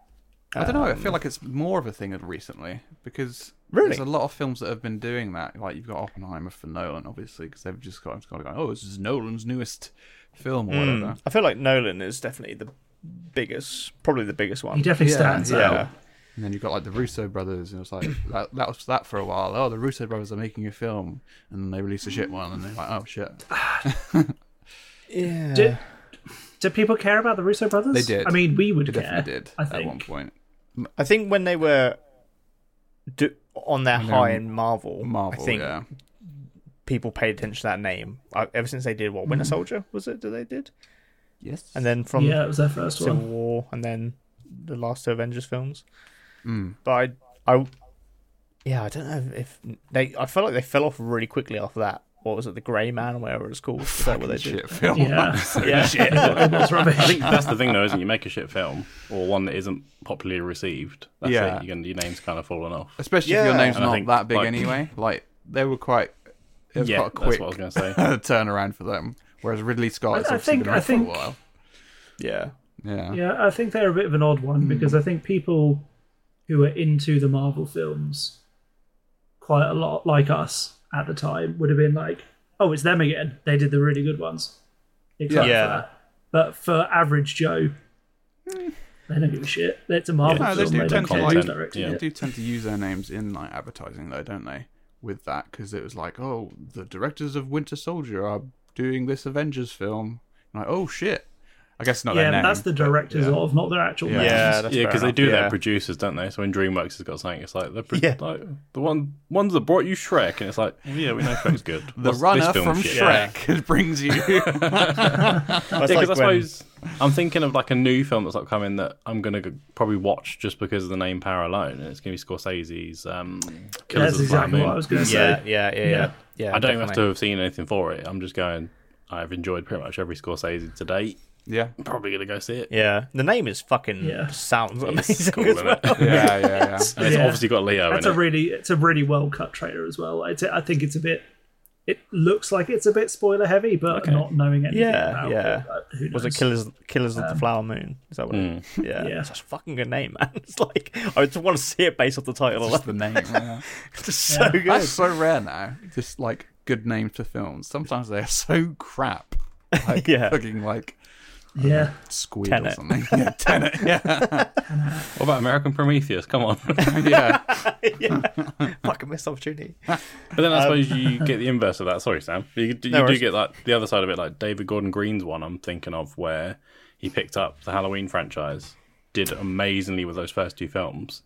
Speaker 3: I don't know. I feel like it's more of a thing of recently because
Speaker 2: Really?
Speaker 3: there's a lot of films that have been doing that. Like you've got Oppenheimer for Nolan, obviously, because they've just got, got to go. Oh, this is Nolan's newest film
Speaker 2: Hmm.
Speaker 3: or whatever.
Speaker 2: I feel like Nolan is definitely the biggest, probably the biggest one.
Speaker 4: He definitely
Speaker 3: Yeah,
Speaker 4: stands
Speaker 2: yeah.
Speaker 4: out.
Speaker 3: And then you've got like the Russo brothers, and it's like that, that was that for a while. Oh, the Russo brothers are making a film, and then they release a shit one, and they're like, oh shit.
Speaker 2: Yeah.
Speaker 4: Did, did people care about the Russo brothers?
Speaker 3: They did.
Speaker 4: I mean, we would
Speaker 3: They
Speaker 4: care.
Speaker 3: definitely did
Speaker 4: I
Speaker 3: at one
Speaker 4: think.
Speaker 3: point.
Speaker 2: I think when they were do- on their
Speaker 3: they're
Speaker 2: high in Marvel,
Speaker 3: Marvel,
Speaker 2: I think
Speaker 3: yeah.
Speaker 2: people paid attention to that name I, ever since they did what Winter Soldier was it? That they did,
Speaker 3: Yes.
Speaker 2: and then from
Speaker 4: Yeah, it was their first
Speaker 2: Civil
Speaker 4: one.
Speaker 2: War, and then the last two Avengers films. But I, I, yeah, I don't know if they. I felt like they fell off really quickly after that. What was it, the Grey Man, or whatever it's called? Is that what they did?
Speaker 3: shit film.
Speaker 4: Yeah,
Speaker 2: Yeah.
Speaker 4: it was rubbish.
Speaker 1: I think that's the thing, though, isn't it? You make a shit film or one that isn't popularly received. That's
Speaker 3: Yeah.
Speaker 1: it. You're gonna, your name's kind of fallen off.
Speaker 3: Especially if your
Speaker 2: Yeah.
Speaker 3: name's
Speaker 1: And I
Speaker 3: not
Speaker 1: think,
Speaker 3: that big
Speaker 1: like-
Speaker 3: anyway. Like they were quite. It was
Speaker 1: yeah,
Speaker 3: quite a
Speaker 1: that's
Speaker 3: quick
Speaker 1: what I was gonna say.
Speaker 3: turnaround for them. Whereas Ridley Scott has
Speaker 4: I- I
Speaker 3: obviously
Speaker 4: think-
Speaker 3: been
Speaker 4: I
Speaker 3: around
Speaker 4: think-
Speaker 3: for a while.
Speaker 2: Yeah,
Speaker 3: Yeah.
Speaker 4: Yeah, I think they're a bit of an odd
Speaker 2: Hmm.
Speaker 4: one because I think people who are into the Marvel films quite a lot, like us at the time, would have been like, "Oh, it's them again. They did the really good ones." Except
Speaker 2: Yeah.
Speaker 4: For that. But for average Joe,
Speaker 2: Hmm.
Speaker 4: they don't give a shit. It's a Marvel
Speaker 1: Yeah,
Speaker 3: No,
Speaker 4: film.
Speaker 3: they do
Speaker 4: don't
Speaker 3: tend to
Speaker 4: care
Speaker 3: like,
Speaker 4: who's
Speaker 1: content,
Speaker 4: directing
Speaker 1: yeah.
Speaker 3: they
Speaker 4: it.
Speaker 3: do tend to use their names in like advertising though, don't they? With that because it was like, oh, the directors of Winter Soldier are doing this Avengers film. And like, oh shit. I guess not
Speaker 4: Yeah,
Speaker 3: their
Speaker 4: but
Speaker 3: name.
Speaker 4: that's the directors
Speaker 3: yeah.
Speaker 4: of, not their actual.
Speaker 3: Yeah.
Speaker 4: names.
Speaker 2: yeah, that's
Speaker 1: Yeah,
Speaker 2: fair
Speaker 1: because they
Speaker 2: enough,
Speaker 1: do that
Speaker 2: yeah.
Speaker 1: at producers, don't they? So when DreamWorks has got something, it's like the pro-
Speaker 2: Yeah.
Speaker 1: like, the one ones that brought you Shrek, and it's like, well, yeah, we know Shrek's good.
Speaker 3: the
Speaker 1: What's this
Speaker 3: runner
Speaker 1: film
Speaker 3: from
Speaker 1: shit?
Speaker 3: Shrek brings you.
Speaker 2: That's
Speaker 1: Yeah, because
Speaker 2: like
Speaker 1: I
Speaker 2: when-
Speaker 1: suppose I'm thinking of like a new film that's upcoming that I'm gonna go- probably watch just because of the name power alone, and it's gonna be Scorsese's um, Killers
Speaker 4: that's
Speaker 1: of the Flower
Speaker 4: exactly what I
Speaker 1: Moon.
Speaker 4: was going to
Speaker 2: yeah,
Speaker 4: say.
Speaker 2: yeah, yeah, yeah,
Speaker 4: Yeah.
Speaker 2: yeah.
Speaker 1: I don't even have to
Speaker 2: definitely.
Speaker 1: have seen anything for it. I'm just going. I've enjoyed pretty much every Scorsese to date.
Speaker 3: yeah.
Speaker 1: I'm probably gonna go see it.
Speaker 2: Yeah, the name is fucking
Speaker 4: Yeah.
Speaker 1: It's
Speaker 2: sounds amazing
Speaker 1: cool,
Speaker 2: as
Speaker 1: isn't
Speaker 2: well.
Speaker 1: it?
Speaker 3: Yeah, yeah, yeah.
Speaker 1: And it's
Speaker 4: Yeah.
Speaker 1: obviously got Leo
Speaker 4: That's
Speaker 1: in
Speaker 4: a
Speaker 1: it.
Speaker 4: really, it's a really well cut trailer as well. It's, I think it's a bit, it looks like it's a bit spoiler heavy, but
Speaker 1: Okay.
Speaker 4: not knowing anything
Speaker 2: Yeah,
Speaker 4: about
Speaker 2: yeah.
Speaker 4: it. uh, Who
Speaker 2: Was it
Speaker 4: knows?
Speaker 2: Killers Killers of the Flower Moon? Is that what? It, Um,
Speaker 1: Hmm.
Speaker 2: yeah,
Speaker 4: Yeah.
Speaker 2: It's such a fucking good name, man. It's like I just want to see it based off the title.
Speaker 3: Just the name. yeah.
Speaker 2: It's just so good.
Speaker 3: That's so rare now. Just like good names for films. Sometimes they are so crap. Like
Speaker 2: Yeah.
Speaker 3: fucking like
Speaker 4: Yeah,
Speaker 3: Squid or
Speaker 2: Tenet.
Speaker 3: something. Yeah, Tenet. Yeah,
Speaker 1: What about American Prometheus? Come on.
Speaker 3: yeah.
Speaker 2: yeah, fucking missed opportunity.
Speaker 1: But then I suppose you get the inverse of that. Sorry, Sam. You, do- you
Speaker 2: Um, No
Speaker 1: do
Speaker 2: worries.
Speaker 1: get like the other side of it, like David Gordon Green's one I'm thinking of, where he picked up the Halloween franchise, did amazingly with those first two films.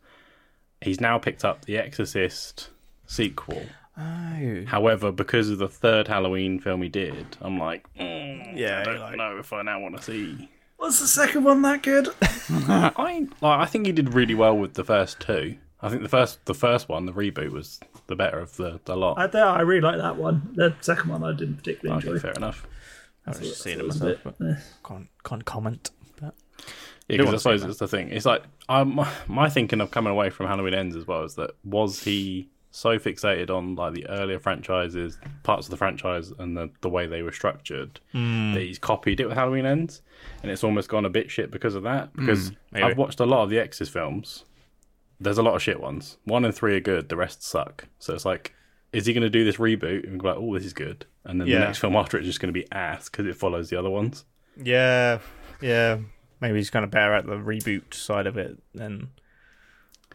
Speaker 1: He's now picked up the Exorcist sequel.
Speaker 2: Oh,
Speaker 1: However, because of the third Halloween film he did, I'm like, mm,
Speaker 2: Yeah,
Speaker 1: I don't
Speaker 2: you're like-
Speaker 1: know if I now want to see.
Speaker 4: was the second one that good?
Speaker 1: I like, I think he did really well with the first two. I think the first the first one, the reboot, was the better of the, the lot.
Speaker 4: I, I really like that one. The second one I didn't particularly
Speaker 1: okay,
Speaker 4: enjoy.
Speaker 1: fair enough.
Speaker 2: I've just seen it
Speaker 4: was a
Speaker 2: myself,
Speaker 4: bit- eh.
Speaker 2: but can't can't comment. But
Speaker 1: Yeah, because I
Speaker 2: Do want to
Speaker 1: suppose it's the thing. It's like I'm, my thinking of coming away from Halloween Ends as well is that was he so fixated on like the earlier franchises, parts of the franchise, and the, the way they were structured that he's copied it with Halloween Ends, and it's almost gone a bit shit because of that. Because I've watched a lot of the X's films. There's a lot of shit ones. One and three are good. The rest suck. So it's like, is he going to do this reboot and be like, oh, this is good, and then
Speaker 2: Yeah.
Speaker 1: the next film after it's just going to be ass because it follows the other ones.
Speaker 2: yeah, yeah, maybe he's kind of better at the reboot side of it than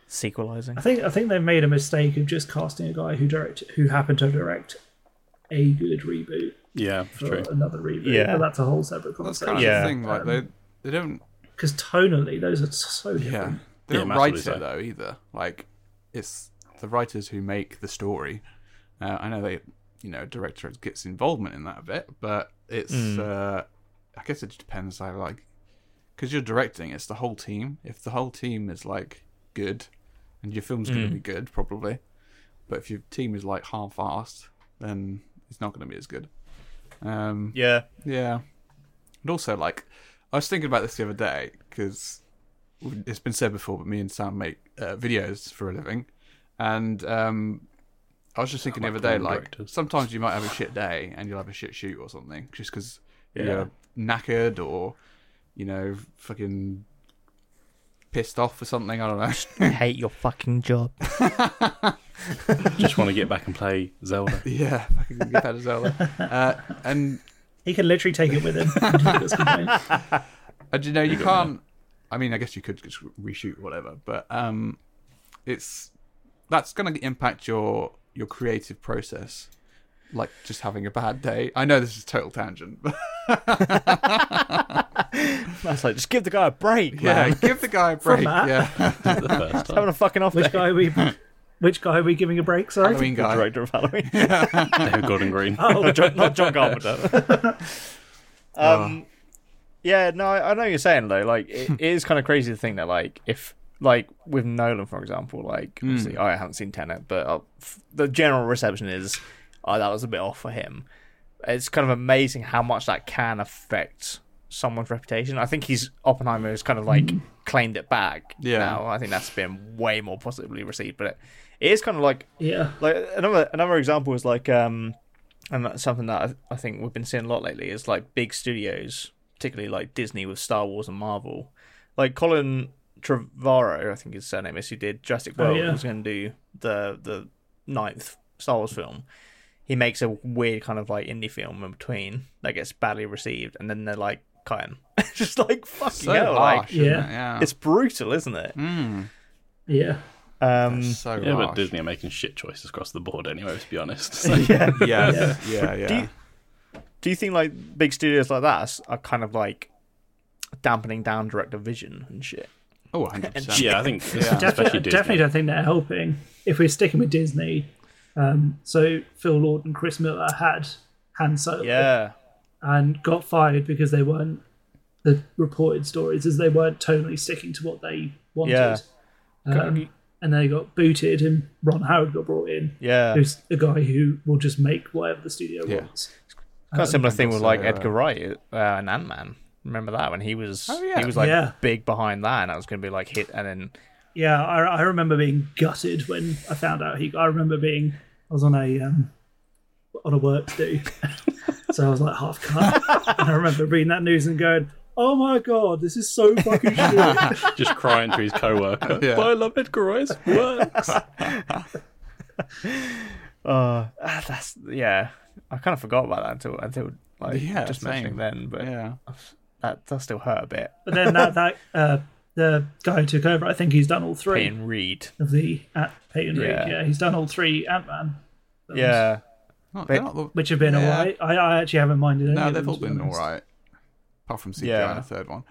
Speaker 2: sequelizing.
Speaker 4: I think I think they made a mistake of just casting a guy who direct who happened to direct a good reboot
Speaker 1: Yeah,
Speaker 4: for
Speaker 1: true.
Speaker 4: another reboot.
Speaker 2: Yeah.
Speaker 4: but that's a whole separate
Speaker 3: That's kind
Speaker 4: conversation.
Speaker 3: of
Speaker 2: Yeah.
Speaker 3: the thing.
Speaker 1: Um,
Speaker 3: Like they, they don't.
Speaker 4: Because tonally, those are so
Speaker 3: Yeah,
Speaker 4: different.
Speaker 3: they
Speaker 1: Yeah,
Speaker 3: don't
Speaker 1: massively
Speaker 3: write it
Speaker 1: so.
Speaker 3: though either. Like it's the writers who make the story. Uh, I know they, you know, director gets involvement in that a bit, but it's. Uh, I guess it just depends. I like because you're directing, it's the whole team. If the whole team is like good, and your film's going to be good probably, but if your team is like half-assed, then it's not going to be as good. Um,
Speaker 2: Yeah.
Speaker 3: yeah. And also, like, I was thinking about this the other day because it's been said before, but me and Sam make uh, videos for a living. And um, I was just thinking the other day,
Speaker 1: film
Speaker 3: like,
Speaker 1: directors.
Speaker 3: sometimes you might have a shit day and you'll have a shit shoot or something just because you're knackered or, you know, fucking pissed off or something. I don't know.
Speaker 9: Hate your fucking job.
Speaker 1: Just want to get back and play Zelda.
Speaker 3: yeah, fucking get out of Zelda. Uh, and
Speaker 4: He can literally take it with him. That's complaint.
Speaker 3: And Uh, you know you can't. I mean, I guess you could just reshoot whatever, but um, it's that's going to impact your your creative process. Like just having a bad day. I know this is total tangent, but
Speaker 2: That's like, just give the guy a break,
Speaker 3: yeah,
Speaker 2: man.
Speaker 3: give the guy a break.
Speaker 4: that.
Speaker 3: Yeah,
Speaker 1: The first time.
Speaker 2: Having a fucking off
Speaker 4: Which
Speaker 2: day.
Speaker 4: guy are we? Which guy are we giving a break? Sorry.
Speaker 3: Halloween
Speaker 2: The
Speaker 3: guy.
Speaker 2: director of Halloween.
Speaker 1: David Gordon Green.
Speaker 4: Oh.
Speaker 2: Not John- not John Carpenter. um, yeah, no, I I know what you're saying though. Like, it, it is kind of crazy to think that, like, if like with Nolan, for example, like obviously I haven't seen Tenet, but uh, f- the general reception is, oh, that was a bit off for him. It's kind of amazing how much that can affect someone's reputation. I think he's Oppenheimer has kind of like claimed it back.
Speaker 3: Yeah.
Speaker 2: now. I think that's been way more positively received, but it, it is kind of like
Speaker 4: Yeah.
Speaker 2: like another another example is like um and that's something that I, I think we've been seeing a lot lately is like big studios particularly like disney with star wars and marvel like colin trevorrow i think his surname is who did jurassic
Speaker 4: Oh,
Speaker 2: world
Speaker 4: yeah.
Speaker 2: was going to do the the ninth star wars film he makes a weird kind of like indie film in between that gets badly received and then they're like cut him just like fucking
Speaker 3: So
Speaker 2: hell
Speaker 3: harsh,
Speaker 2: like
Speaker 3: isn't
Speaker 4: Yeah.
Speaker 3: it? yeah.
Speaker 2: it's brutal isn't it
Speaker 3: Mm,
Speaker 4: Yeah.
Speaker 2: um
Speaker 3: that's so
Speaker 1: Yeah, but
Speaker 3: harsh.
Speaker 1: Disney are making shit choices across the board anyway, let's be honest. So,
Speaker 2: yeah
Speaker 3: Yeah, yeah, yeah.
Speaker 2: Do you, do you think like big studios like that are kind of like dampening down director vision and shit?
Speaker 3: oh, 100 percent.
Speaker 1: yeah, I think especially
Speaker 4: Definitely,
Speaker 1: Disney.
Speaker 4: definitely don't think they're helping. If we're sticking with Disney, um, so Phil Lord and Chris Miller had Han Solo
Speaker 2: Yeah,
Speaker 4: and got fired because they weren't the reported stories is they weren't totally sticking to what they wanted.
Speaker 2: Yeah.
Speaker 4: Um, and they got booted, and Ron Howard got brought in,
Speaker 2: yeah. It's
Speaker 4: who's the guy who will just make whatever the studio
Speaker 3: Yeah.
Speaker 4: wants.
Speaker 2: kind of similar thing with
Speaker 3: also,
Speaker 2: like
Speaker 3: uh,
Speaker 2: Edgar Wright uh, and Ant Man. Remember that when he was
Speaker 3: Oh, yeah.
Speaker 2: he was like
Speaker 4: Yeah.
Speaker 2: big behind that, and that was going to be like hit, and then
Speaker 4: Yeah, I, I remember being gutted when I found out he. I remember being I was on a um, on a work do, so I was like half cut. and I remember reading that news and going, "Oh my god, this is so fucking shit."
Speaker 1: Just crying to his co worker.
Speaker 3: Yeah.
Speaker 1: But I love Edgar Rice. Works.
Speaker 2: uh, ah, that's yeah. I kind of forgot about that until until like
Speaker 3: Yeah,
Speaker 2: just
Speaker 3: same.
Speaker 2: mentioning then, but
Speaker 3: yeah.
Speaker 2: that does still hurt a bit.
Speaker 4: but then that that uh, the guy who took over, I think he's done all three
Speaker 2: Peyton Reed,
Speaker 4: of the at Peyton Reed.
Speaker 2: Yeah.
Speaker 4: Yeah, he's done all three Ant Man,
Speaker 2: yeah,
Speaker 3: Not, they're not the-
Speaker 4: which have been
Speaker 3: Yeah.
Speaker 4: alright. I, I actually haven't minded any.
Speaker 3: no,
Speaker 4: of
Speaker 3: they've
Speaker 4: them,
Speaker 3: all
Speaker 4: to be
Speaker 3: been all
Speaker 4: honest.
Speaker 3: right, apart from CGI
Speaker 2: Yeah.
Speaker 3: in the third one.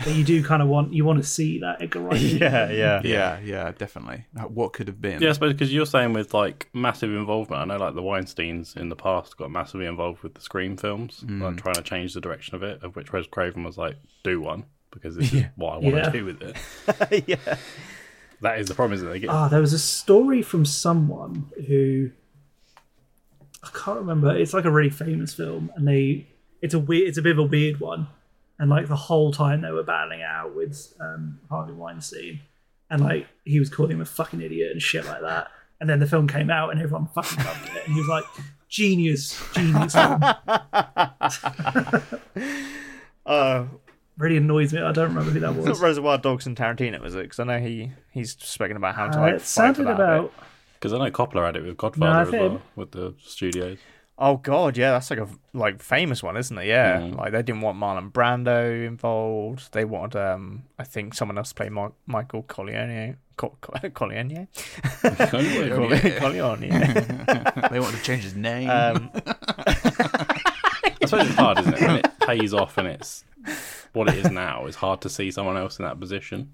Speaker 4: But you do kind of want you want to see that Edgar Wright.
Speaker 2: yeah, yeah,
Speaker 3: Yeah, yeah, definitely. Like, what could have been?
Speaker 1: Yeah, I suppose because you're saying with like massive involvement. I know like the Weinsteins in the past got massively involved with the Scream films, like trying to change the direction of it. Of which Wes Craven was like, "Do one because this is what I want
Speaker 4: Yeah.
Speaker 1: to do with it." That is the problem, isn't it? They get
Speaker 4: Ah, there was a story from someone who I can't remember. It's like a really famous film, and they it's a weird, it's a bit of a weird one. And like the whole time they were battling it out with um, Harvey Weinstein, and like he was calling him a fucking idiot and shit like that. And then the film came out, and everyone fucking loved it. And he was like, "Genius, genius." film."
Speaker 2: Uh,
Speaker 4: really annoys me. I don't remember who that
Speaker 2: not
Speaker 4: was.
Speaker 2: Reservoir Dogs and Tarantino was it? Because I know he he's spoken about how to
Speaker 4: Uh,
Speaker 2: like fight
Speaker 4: it
Speaker 2: for
Speaker 4: sounded
Speaker 2: that a bit.
Speaker 4: about
Speaker 1: because I know Coppola had it with Godfather
Speaker 4: No, I
Speaker 1: as well
Speaker 4: think-
Speaker 1: with the studios.
Speaker 2: Oh god, yeah, that's like a like famous one, isn't it? Yeah, like they didn't want Marlon Brando involved. They wanted, um, I think someone else to play Mar- Michael Corleone. Co- Co- Corleone,
Speaker 1: Anyway,
Speaker 2: Corleone.
Speaker 3: they wanted to change his name.
Speaker 2: Um,
Speaker 1: I suppose it's hard, isn't it? When it pays off and it's what it is now. It's hard to see someone else in that position.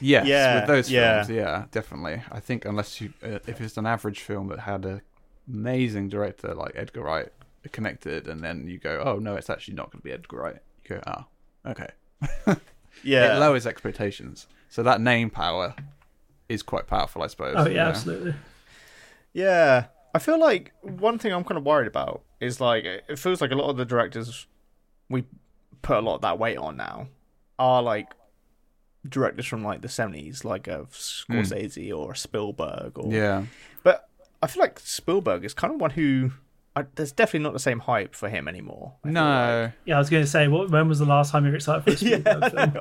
Speaker 3: Yes,
Speaker 2: Yeah,
Speaker 3: with those
Speaker 2: yeah.
Speaker 3: films, yeah, definitely. I think unless you, uh, if it's an average film that had a amazing director like Edgar Wright connected, and then you go, oh no, it's actually not going to be Edgar Wright. You go, ah, okay.
Speaker 2: Yeah.
Speaker 3: It lowers expectations. So that name power is quite powerful, I suppose.
Speaker 4: Oh
Speaker 3: you
Speaker 4: yeah,
Speaker 3: know?
Speaker 4: absolutely.
Speaker 2: Yeah, I feel like one thing I'm kind of worried about is like it feels like a lot of the directors we put a lot of that weight on now are like directors from like the 70s, like of Scorsese or Spielberg. Or
Speaker 3: Yeah.
Speaker 2: but I feel like Spielberg is kind of one who I, there's definitely not the same hype for him anymore. I feel like.
Speaker 3: No.
Speaker 4: Yeah, I was going to say, what, when was the last time you were excited for a Spielberg film?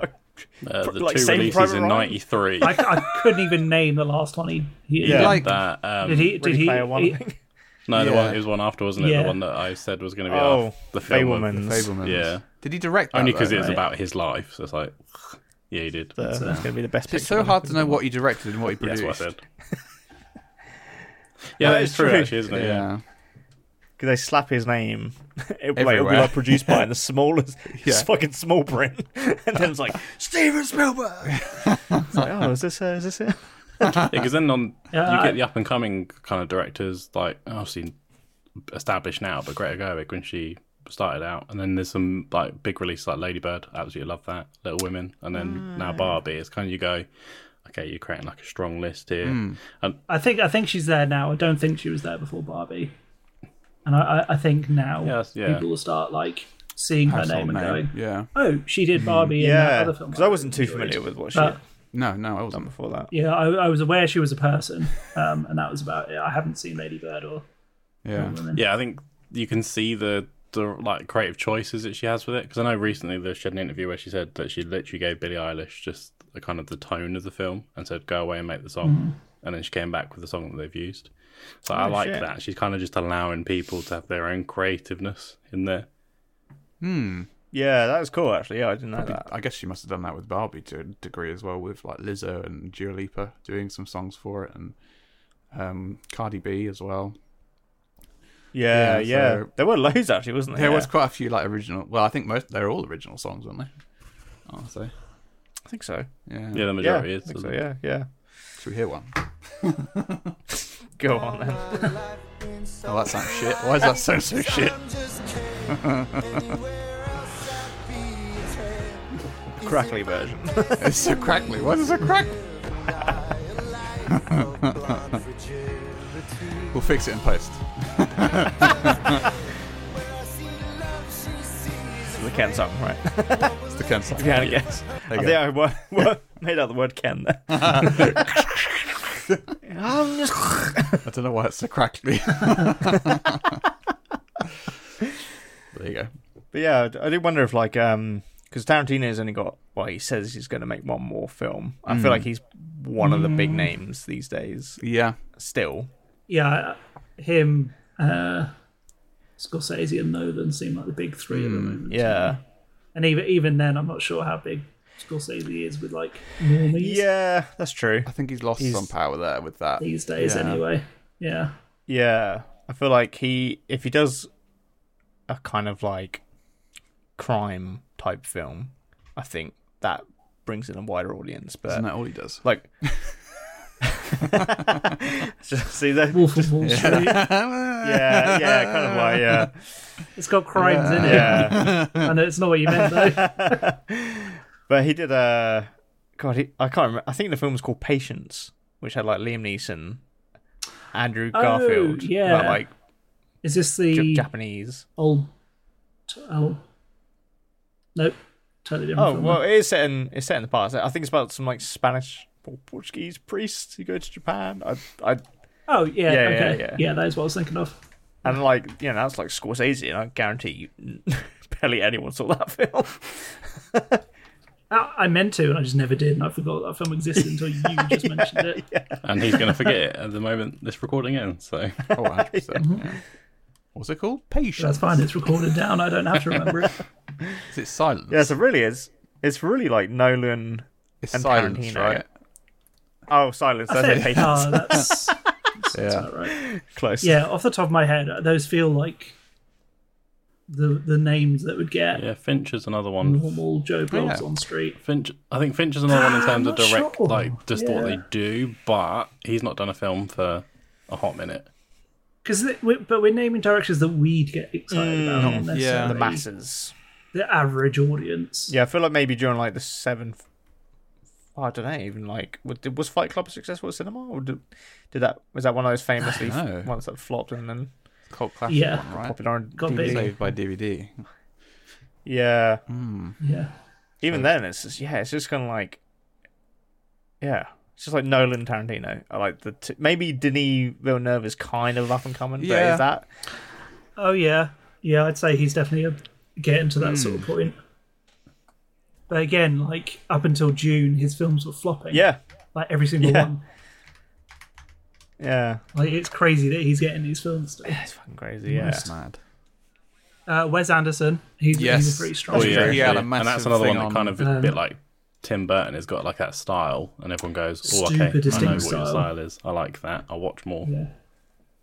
Speaker 1: Uh, the
Speaker 2: Like
Speaker 1: two
Speaker 2: Saving
Speaker 1: releases
Speaker 2: Private
Speaker 1: in
Speaker 2: Ryan?
Speaker 1: '93.
Speaker 4: I, I couldn't even name the last one he. he
Speaker 2: Yeah.
Speaker 3: Like
Speaker 1: That um,
Speaker 4: did he? Did
Speaker 2: Ready
Speaker 4: he?
Speaker 2: Player One.
Speaker 4: he-
Speaker 2: I think.
Speaker 1: no, the one
Speaker 3: Yeah.
Speaker 1: it was one after, wasn't it?
Speaker 4: Yeah.
Speaker 1: The one that I said was going to be
Speaker 2: Oh,
Speaker 1: after the film. of-
Speaker 2: Fableman's.
Speaker 3: Fablemans.
Speaker 1: Yeah.
Speaker 3: Did he direct that?
Speaker 1: Only because
Speaker 3: though?
Speaker 1: it's
Speaker 2: right?
Speaker 1: about his life. So it's like, yeah, he did.
Speaker 2: That's going to be the best.
Speaker 3: It's
Speaker 2: picture
Speaker 3: so hard to know what he directed and what he
Speaker 1: That's
Speaker 3: produced.
Speaker 1: what I said. yeah, that is true, actually, isn't it? Yeah.
Speaker 3: Yeah.
Speaker 2: because they slap his name. It, like, it'll be
Speaker 3: Everywhere.
Speaker 2: like produced by in the smallest,
Speaker 3: Yeah.
Speaker 2: it's fucking small print, and then it's like Steven Spielberg. it's like, oh, is this uh, is this it?
Speaker 1: Because then on
Speaker 4: Yeah,
Speaker 1: you
Speaker 4: I-
Speaker 1: get the up and coming kind of directors like obviously established now, but Greta Gerwig when she started out, and then there's some like big release like Ladybird, absolutely love that. Little Women, and then now Barbie. It's kind of you go, okay, you're creating like a strong list here.
Speaker 4: I think I think she's there now. I don't think she was there before Barbie, and I, I, I think now
Speaker 1: Yes, yeah.
Speaker 4: people will start like seeing her name
Speaker 3: Household
Speaker 4: and
Speaker 3: name.
Speaker 4: going,
Speaker 3: Yeah.
Speaker 4: "Oh, she did Barbie in that
Speaker 2: Mm-hmm. Yeah,
Speaker 4: other film."
Speaker 2: because I wasn't too familiar with what she
Speaker 4: But-
Speaker 2: had
Speaker 3: No, no, I wasn't.
Speaker 2: done before that.
Speaker 4: Yeah, I, I was aware she was a person, um, and that was about it. I haven't seen Lady Bird or
Speaker 3: Yeah.
Speaker 4: Women.
Speaker 1: Yeah, I think you can see the the like creative choices that she has with it. Because I know recently that she had an interview where she said that she literally gave Billie Eilish just the kind of the tone of the film and said, "Go away and make the song,"
Speaker 2: Mm.
Speaker 1: and then she came back with the song that they've used. So I like
Speaker 2: Oh, shit.
Speaker 1: that. She's kind of just allowing people to have their own creativeness in there.
Speaker 2: Yeah, that was cool actually. Yeah, I didn't know that.
Speaker 3: Uh, I guess she must have done that with Barbie to a degree as well, with like Lizzo and Dua Lipa doing some songs for it, and um, Cardi B as well.
Speaker 2: Yeah, yeah,
Speaker 3: Yeah, so-
Speaker 2: there were loads actually, wasn't there?
Speaker 3: There was quite a few like original. Well, I think most they're all original songs, aren't they? Honestly,
Speaker 2: I think so.
Speaker 3: yeah.
Speaker 1: Yeah, the
Speaker 2: Mm. Yeah,
Speaker 1: majority
Speaker 2: I
Speaker 1: is.
Speaker 2: think so. Yeah, yeah.
Speaker 3: Should we hear one?
Speaker 2: Go on then.
Speaker 3: Oh, that sounds shit. Why does that sound so shit?
Speaker 2: Crackly version.
Speaker 3: It's so crackly. Why is it so crack? we'll fix it in post.
Speaker 2: the Ken song, right?
Speaker 3: It's the Ken song.
Speaker 2: If you had a guess. I
Speaker 3: you
Speaker 2: think
Speaker 3: go.
Speaker 2: I wo- wo- made out the word Ken there. I'm just
Speaker 3: I don't know why it's so crackly. there you go.
Speaker 2: But yeah, I d- I do wonder if like um because Tarantino's only got well, he says he's going to make one more film. I
Speaker 3: Hmm.
Speaker 2: feel like he's one of the big names these days
Speaker 3: Yeah.
Speaker 2: still.
Speaker 4: Yeah, him, uh, Scorsese, and Nolan seem like the big three
Speaker 2: Hmm.
Speaker 4: at the moment.
Speaker 2: Yeah.
Speaker 4: And even even then, I'm not sure how big Scorsese is with like normies
Speaker 2: Yeah, that's true.
Speaker 3: I think he's lost
Speaker 2: He's-
Speaker 3: some power there with that.
Speaker 4: these days.
Speaker 3: Yeah.
Speaker 4: Anyway, yeah,
Speaker 2: Yeah. I feel like he if he does a kind of like crime type film, I think that brings in a wider audience, but
Speaker 3: Isn't that all he does?
Speaker 2: like Just see that
Speaker 4: Wolf of Wall Street.
Speaker 2: yeah, yeah, kind of like yeah.
Speaker 4: It's got crimes in it.
Speaker 2: Yeah.
Speaker 4: I know it's not what you meant though.
Speaker 2: But he did a God. He, I can't remember. I think the film was called Patience, which had like Liam Neeson, Andrew
Speaker 4: Oh,
Speaker 2: Garfield,
Speaker 4: yeah.
Speaker 2: about, like
Speaker 4: Is this
Speaker 2: J-
Speaker 4: the
Speaker 2: Japanese.
Speaker 4: old? Oh, nope, totally different.
Speaker 2: Oh
Speaker 4: film.
Speaker 2: well, it is set in it's set in the past. I think it's about some like Spanish or Portuguese priests who go to Japan. I, I
Speaker 4: oh yeah,
Speaker 2: yeah,
Speaker 4: okay,
Speaker 2: yeah, yeah.
Speaker 4: that is what I was thinking of.
Speaker 2: and like you know that's like Scorsese, and I guarantee you, barely anyone saw that film.
Speaker 4: I I meant to, and I just never did, and I forgot that film existed until you just mentioned it.
Speaker 1: And he's going to forget it at the moment this recording ends. So
Speaker 3: Oh, 100%. yeah. What's it called?
Speaker 4: That's
Speaker 3: Patience.
Speaker 4: fine. It's recorded down. I don't have to remember it.
Speaker 3: Is it silence?
Speaker 2: yeah, so really, it's it's really like Nolan.
Speaker 3: It's
Speaker 2: and
Speaker 3: silence,
Speaker 2: Tarantino.
Speaker 3: right?
Speaker 2: Oh, silence. That's it. Patience.
Speaker 4: Oh, that's, that's
Speaker 3: Yeah.
Speaker 4: about right.
Speaker 2: Close.
Speaker 4: Yeah, off the top of my head, those feel like the the names that would get
Speaker 1: yeah, Finch is another
Speaker 2: Mm.
Speaker 1: one.
Speaker 4: normal Joe Blogs
Speaker 3: Yeah.
Speaker 4: on street.
Speaker 1: Finch, I think Finch is another one in terms of
Speaker 4: not
Speaker 1: direct,
Speaker 4: sure.
Speaker 1: like just what
Speaker 4: Yeah.
Speaker 1: they do. But he's not done a film for a hot minute.
Speaker 4: Because but we're naming directors that we'd get excited about. Not
Speaker 3: yeah.
Speaker 2: The masses.
Speaker 4: the average audience.
Speaker 2: Yeah, I feel like maybe during like the seventh. I don't know. Even like, was was Fight Club a successful at cinema, or did, did that was that one of those famously
Speaker 3: I don't know. Uh,
Speaker 2: ones that flopped and then
Speaker 3: Cult classic
Speaker 4: Yeah.
Speaker 3: one, right?
Speaker 2: popular on
Speaker 4: Got
Speaker 2: DVD?
Speaker 4: big.
Speaker 3: Saved by DVD.
Speaker 2: Yeah,
Speaker 4: Yeah.
Speaker 2: Mm. even then, it's just, yeah, it's just kind of like, yeah, it's just like Nolan Tarantino. I like the t- maybe Denis Villeneuve is kind of up and coming, but
Speaker 3: Yeah.
Speaker 2: is that
Speaker 4: Oh yeah, yeah. I'd say he's definitely a, getting to that sort of point. But again, like up until June, his films were flopping.
Speaker 2: yeah,
Speaker 4: like every single
Speaker 2: Yeah.
Speaker 4: one.
Speaker 2: yeah,
Speaker 4: Like it's crazy that he's getting these films. Still.
Speaker 2: it's fucking crazy. Yeah,
Speaker 3: It's mad.
Speaker 4: Uh, Wes Anderson, he's, he's
Speaker 3: Yes.
Speaker 4: a pretty strong.
Speaker 1: Oh
Speaker 3: That's
Speaker 1: yeah,
Speaker 3: true. He had a
Speaker 1: actually. and that's
Speaker 3: massive
Speaker 1: another
Speaker 3: thing
Speaker 1: one that
Speaker 3: on-
Speaker 1: kind of a
Speaker 4: Um,
Speaker 1: bit like Tim Burton has got like that style, and everyone goes, "Oh,
Speaker 4: Super
Speaker 1: okay, I know
Speaker 4: distinct
Speaker 1: what your
Speaker 4: style.
Speaker 1: style is. I like that. I'll watch more."
Speaker 4: Yeah.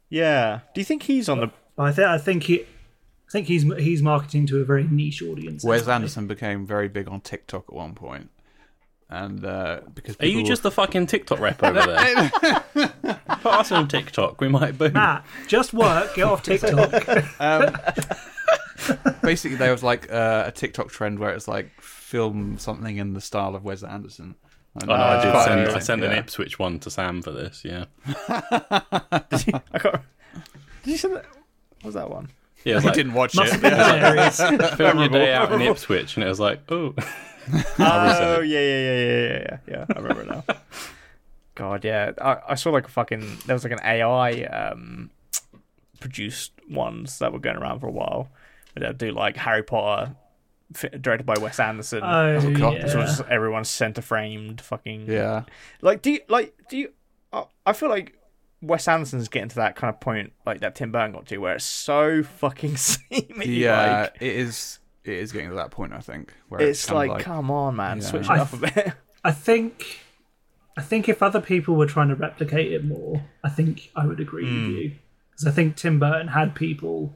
Speaker 2: yeah. Do you think he's on the?
Speaker 4: But I think I think he, I think he's he's marketing to a very niche audience.
Speaker 3: Wes Anderson became very big on TikTok at one point, and uh, because
Speaker 1: Are you
Speaker 3: people-
Speaker 1: just the fucking TikTok rep over there? Put us on TikTok, we might boom.
Speaker 4: Matt, just work, get off TikTok.
Speaker 3: basically there was like uh, a TikTok trend where it's like film something in the style of Wes Anderson. And,
Speaker 1: Oh, no, I did
Speaker 3: quite
Speaker 1: send.
Speaker 3: amazing,
Speaker 1: I sent an
Speaker 3: yeah.
Speaker 1: Ipswich one to Sam for this. Yeah,
Speaker 2: I can't. Did you say that? What was that one?
Speaker 1: yeah. It was
Speaker 3: I
Speaker 1: like,
Speaker 3: didn't watch
Speaker 4: Must have
Speaker 3: it.
Speaker 4: been hilarious.
Speaker 1: film your day out in Ipswich, and it was like, oh,
Speaker 2: Oh
Speaker 1: resent it.
Speaker 2: yeah, yeah, yeah, yeah, yeah, yeah. yeah. I remember now. God, yeah. I, I saw like a fucking there was like an AI um produced ones that were going around for a while. They'll do like Harry Potter, fi- directed by Wes Anderson.
Speaker 4: Oh,
Speaker 3: God,
Speaker 4: yeah.
Speaker 3: this
Speaker 2: So it's just everyone's center framed, fucking
Speaker 3: Yeah,
Speaker 2: Like, do you like do you? I I feel like Wes Anderson's getting to that kind of point, like that Tim Burton got to, where it's so fucking seamy.
Speaker 3: yeah,
Speaker 2: like,
Speaker 3: uh, it is. It is getting to that point, I think. Where
Speaker 2: it's,
Speaker 3: it's, kind
Speaker 2: like,
Speaker 3: of like,
Speaker 2: come on, man,
Speaker 3: Yeah.
Speaker 2: switch it
Speaker 4: I-
Speaker 2: up a bit.
Speaker 4: I think, I think if other people were trying to replicate it more, I think I would agree with you because I think Tim Burton had people.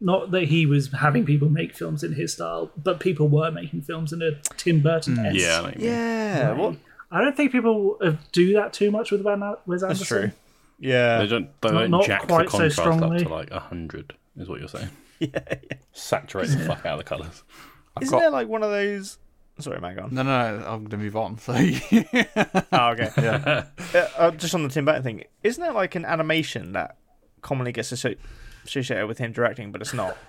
Speaker 4: Not that he was having people make films in his style, but people were making films in a Tim Burton.
Speaker 1: Hmm. yeah, I know what you mean.
Speaker 2: yeah, what?
Speaker 4: I don't think people uh, do that too much with Van- Wes Anderson.
Speaker 2: That's true. Yeah,
Speaker 1: They don't. They
Speaker 4: Not-
Speaker 1: don't
Speaker 4: not
Speaker 1: jack the
Speaker 4: quite so
Speaker 1: contrast up
Speaker 4: strongly.
Speaker 1: to like hundred. Is what you're saying? Saturate the fuck out of the colours.
Speaker 2: Isn't
Speaker 3: got-
Speaker 2: there like one of those? Sorry, Magon.
Speaker 3: no, no, no, I'm gonna move on. So yeah,
Speaker 2: Oh, okay. Yeah. uh, uh, just on the Tim Burton thing, isn't there like an animation that commonly gets asso- associated with him directing, but it's not?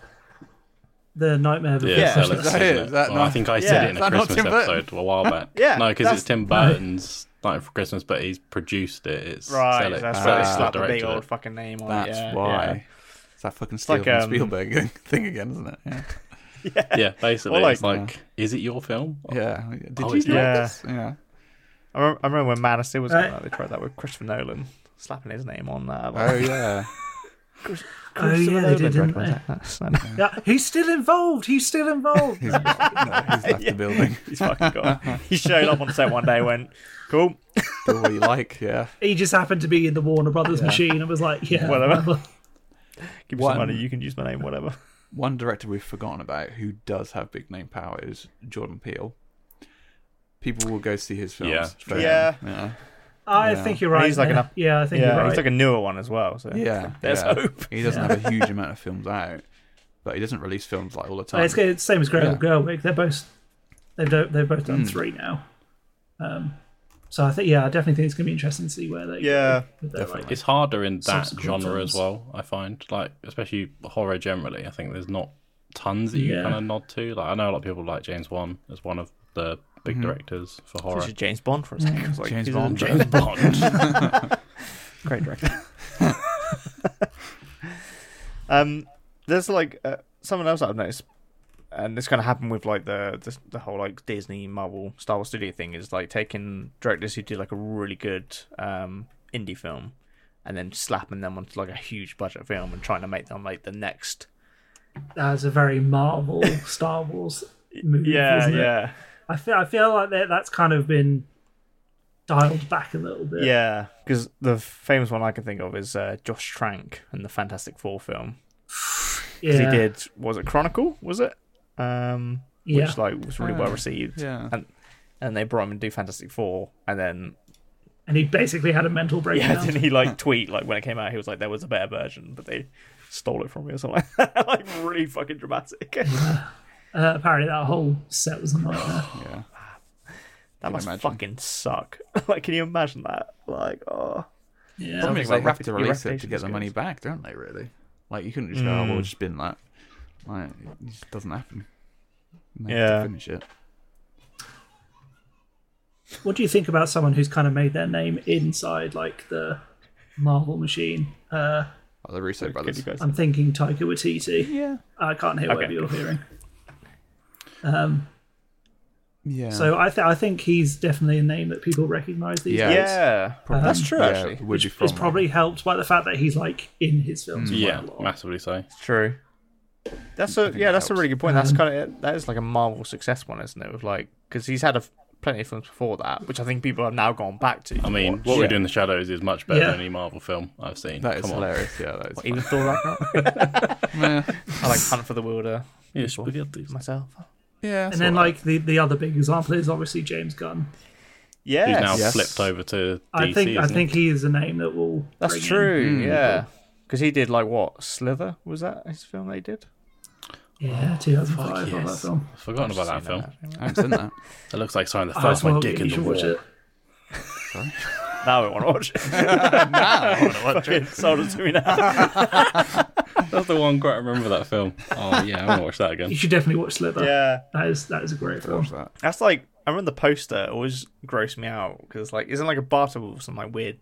Speaker 4: The Nightmare Before
Speaker 1: Yeah,
Speaker 3: so
Speaker 1: so
Speaker 3: that's
Speaker 1: that's,
Speaker 3: it.
Speaker 1: isn't it?
Speaker 3: That-
Speaker 1: well, I think I
Speaker 2: yeah.
Speaker 1: said it in
Speaker 3: That
Speaker 1: a
Speaker 3: not
Speaker 1: Christmas
Speaker 3: Tim Burton?
Speaker 1: episode a while back.
Speaker 2: Yeah,
Speaker 1: no, because
Speaker 2: that's-
Speaker 1: it's Tim Burton's Night for Christmas, but he's produced it. It's
Speaker 2: Right.
Speaker 1: sell it.
Speaker 2: That's
Speaker 1: Sell
Speaker 2: why
Speaker 1: It's
Speaker 2: they
Speaker 1: the
Speaker 4: Ah,
Speaker 2: slapped a big
Speaker 1: director.
Speaker 2: old fucking name on it.
Speaker 3: that's
Speaker 2: yeah,
Speaker 3: why.
Speaker 2: yeah.
Speaker 3: It's that fucking Steven
Speaker 2: like, um,
Speaker 3: Spielberg thing again, isn't it? Yeah,
Speaker 1: Yeah, basically,
Speaker 2: Or like-
Speaker 1: it's like, is it your film?
Speaker 3: yeah. Did
Speaker 1: Oh,
Speaker 3: you
Speaker 1: it's
Speaker 3: do
Speaker 2: not-
Speaker 3: this? Yeah.
Speaker 2: I, remember, I remember when Man of Steel was
Speaker 4: Uh,
Speaker 2: coming out, they tried that with Christopher Nolan slapping his name on that.
Speaker 3: Oh yeah.
Speaker 4: Oh yeah, they did, didn't they?
Speaker 2: yeah.
Speaker 4: Yeah, he's still involved. He's still involved.
Speaker 3: He's, he's left the building.
Speaker 2: He's fucking gone. He showed up on set one day, and went cool.
Speaker 3: Do what you like. Yeah.
Speaker 4: he just happened to be in the Warner Brothers machine and was like, yeah,
Speaker 2: Whatever. Give me
Speaker 3: One-
Speaker 2: some money. You can use my name, whatever.
Speaker 3: one director we've forgotten about who does have big name power is Jordan Peele. People will go see his films.
Speaker 1: Yeah.
Speaker 3: for him.
Speaker 2: Yeah.
Speaker 3: yeah,
Speaker 4: I
Speaker 3: Yeah.
Speaker 4: think you're right.
Speaker 2: He's like an
Speaker 4: there.
Speaker 2: up-
Speaker 4: yeah, I think
Speaker 2: Yeah,
Speaker 4: you're right.
Speaker 2: he's like a newer one as well. So
Speaker 3: yeah.
Speaker 2: there's
Speaker 3: yeah.
Speaker 2: hope.
Speaker 3: He doesn't have a huge amount of films out, but he doesn't release films like all the
Speaker 4: Uh,
Speaker 3: time.
Speaker 4: it's, good- it's same as Greta
Speaker 3: Yeah.
Speaker 4: Gerwig. They're both they've do, they've both
Speaker 2: Hmm.
Speaker 4: done three now. Um, so I think yeah, I definitely think it's gonna be interesting to see where they
Speaker 2: Yeah,
Speaker 4: go with their, like,
Speaker 1: It's harder in that
Speaker 4: Subsequent
Speaker 1: genre
Speaker 4: films.
Speaker 1: as well. I find, like, especially horror generally. I think there's not tons that you
Speaker 4: Yeah.
Speaker 1: kind of nod to. Like, I know a lot of people like James Wan as one of the big directors for horror.
Speaker 2: This is James Bond for a second. I was like,
Speaker 3: James
Speaker 2: he's in
Speaker 3: Bond.
Speaker 2: James
Speaker 1: Bond.
Speaker 2: Great director. um, there's like uh, something else I've noticed, and this kind of happened with like the, the the whole like Disney, Marvel, Star Wars studio thing is like taking directors who do like a really good um indie film, and then slapping them onto like a huge budget film and trying to make them like the next.
Speaker 4: as a very Marvel Star Wars movie. isn't It? I feel I feel like that that's kind of been dialed back a little bit.
Speaker 2: yeah. Because the famous one I can think of is uh, Josh Trank and the Fantastic Four film. because
Speaker 4: Yeah.
Speaker 2: he did was it Chronicle was it um
Speaker 4: Yeah.
Speaker 2: which like was really well received
Speaker 3: yeah.
Speaker 2: and and they brought him to do Fantastic Four and then
Speaker 4: and he basically had a mental breakdown.
Speaker 10: Yeah, didn't he like tweet like when it came out? He was like, "There was a better version, but they stole it from me or something." Like, that. like really fucking dramatic. that
Speaker 4: Uh, apparently, that whole set was a nightmare.
Speaker 3: Yeah.
Speaker 10: must
Speaker 3: imagine.
Speaker 10: fucking suck. like, can you imagine that? Like, oh,
Speaker 4: yeah,
Speaker 3: Some
Speaker 10: Something's
Speaker 3: people
Speaker 10: like
Speaker 3: have
Speaker 10: repu-
Speaker 3: to
Speaker 10: your
Speaker 3: release it to
Speaker 10: reputation
Speaker 3: get
Speaker 10: is
Speaker 3: the
Speaker 10: good.
Speaker 3: money back, don't they? Really? Like you couldn't just go, "Oh, we'll just bin that." Like it just doesn't happen. And They have
Speaker 2: Yeah.
Speaker 3: to finish it.
Speaker 4: What do you think about someone who's kind of made their name inside like the Marvel machine? Uh,
Speaker 3: Oh, the Russo
Speaker 10: can
Speaker 3: brothers.
Speaker 10: you guys?
Speaker 4: I'm thinking Taika Waititi.
Speaker 3: Yeah.
Speaker 4: I can't hear whatever
Speaker 10: Okay.
Speaker 4: you're hearing.
Speaker 3: Yeah.
Speaker 4: So I, th- I think he's definitely a name that people recognise these
Speaker 3: Yeah.
Speaker 4: days.
Speaker 2: Yeah, that's true. Actually,
Speaker 3: would you
Speaker 4: It's
Speaker 3: from,
Speaker 4: probably helped by the fact that he's like in his films. quite
Speaker 1: Yeah,
Speaker 4: a lot.
Speaker 1: massively so.
Speaker 2: it's true. That's a yeah.
Speaker 3: that
Speaker 2: That's a
Speaker 3: helps.
Speaker 2: really good point. That's kind of that is like a Marvel success one, isn't it? With like because he's had a, f- plenty of films before that, which I think people have now gone back to.
Speaker 1: I mean, what we do in the shadows is much better
Speaker 4: Yeah.
Speaker 1: than any Marvel film I've seen.
Speaker 3: That is
Speaker 1: Come on.
Speaker 3: hilarious. Yeah, that is.
Speaker 2: even Thor Ragnarok.
Speaker 3: yeah.
Speaker 2: I like Hunt for the Wilder
Speaker 1: Yeah, spaghetti.
Speaker 2: myself.
Speaker 3: yeah
Speaker 4: And then like the, the other big example is obviously James Gunn.
Speaker 2: Yeah,
Speaker 1: Who's now
Speaker 3: Yes.
Speaker 1: flipped over to DC?
Speaker 4: I think I
Speaker 1: isn't he?
Speaker 4: think he is a name that will.
Speaker 2: That's
Speaker 4: bring in-
Speaker 2: true. Yeah, because he did like what Slither was that his film they did?
Speaker 4: Yeah, 2005 I love that
Speaker 1: yes.
Speaker 4: film.
Speaker 1: I've forgotten about that film.
Speaker 3: I haven't seen that.
Speaker 1: It looks like something that
Speaker 4: Oh,
Speaker 1: first
Speaker 4: it's
Speaker 1: my
Speaker 4: well,
Speaker 1: dick
Speaker 4: you
Speaker 1: in the
Speaker 4: should watch
Speaker 1: wall.
Speaker 4: it.
Speaker 2: Now I want to watch it. Fucking sold it to me now.
Speaker 1: That's the one quite remember that film. Oh yeah, I'm gonna watch that
Speaker 4: You
Speaker 1: again.
Speaker 4: should definitely watch Slither.
Speaker 2: Yeah,
Speaker 4: That is that is a great film.
Speaker 3: Watch that.
Speaker 2: that's like I remember the poster always grossed me out because like isn't like a barter wolf some like weird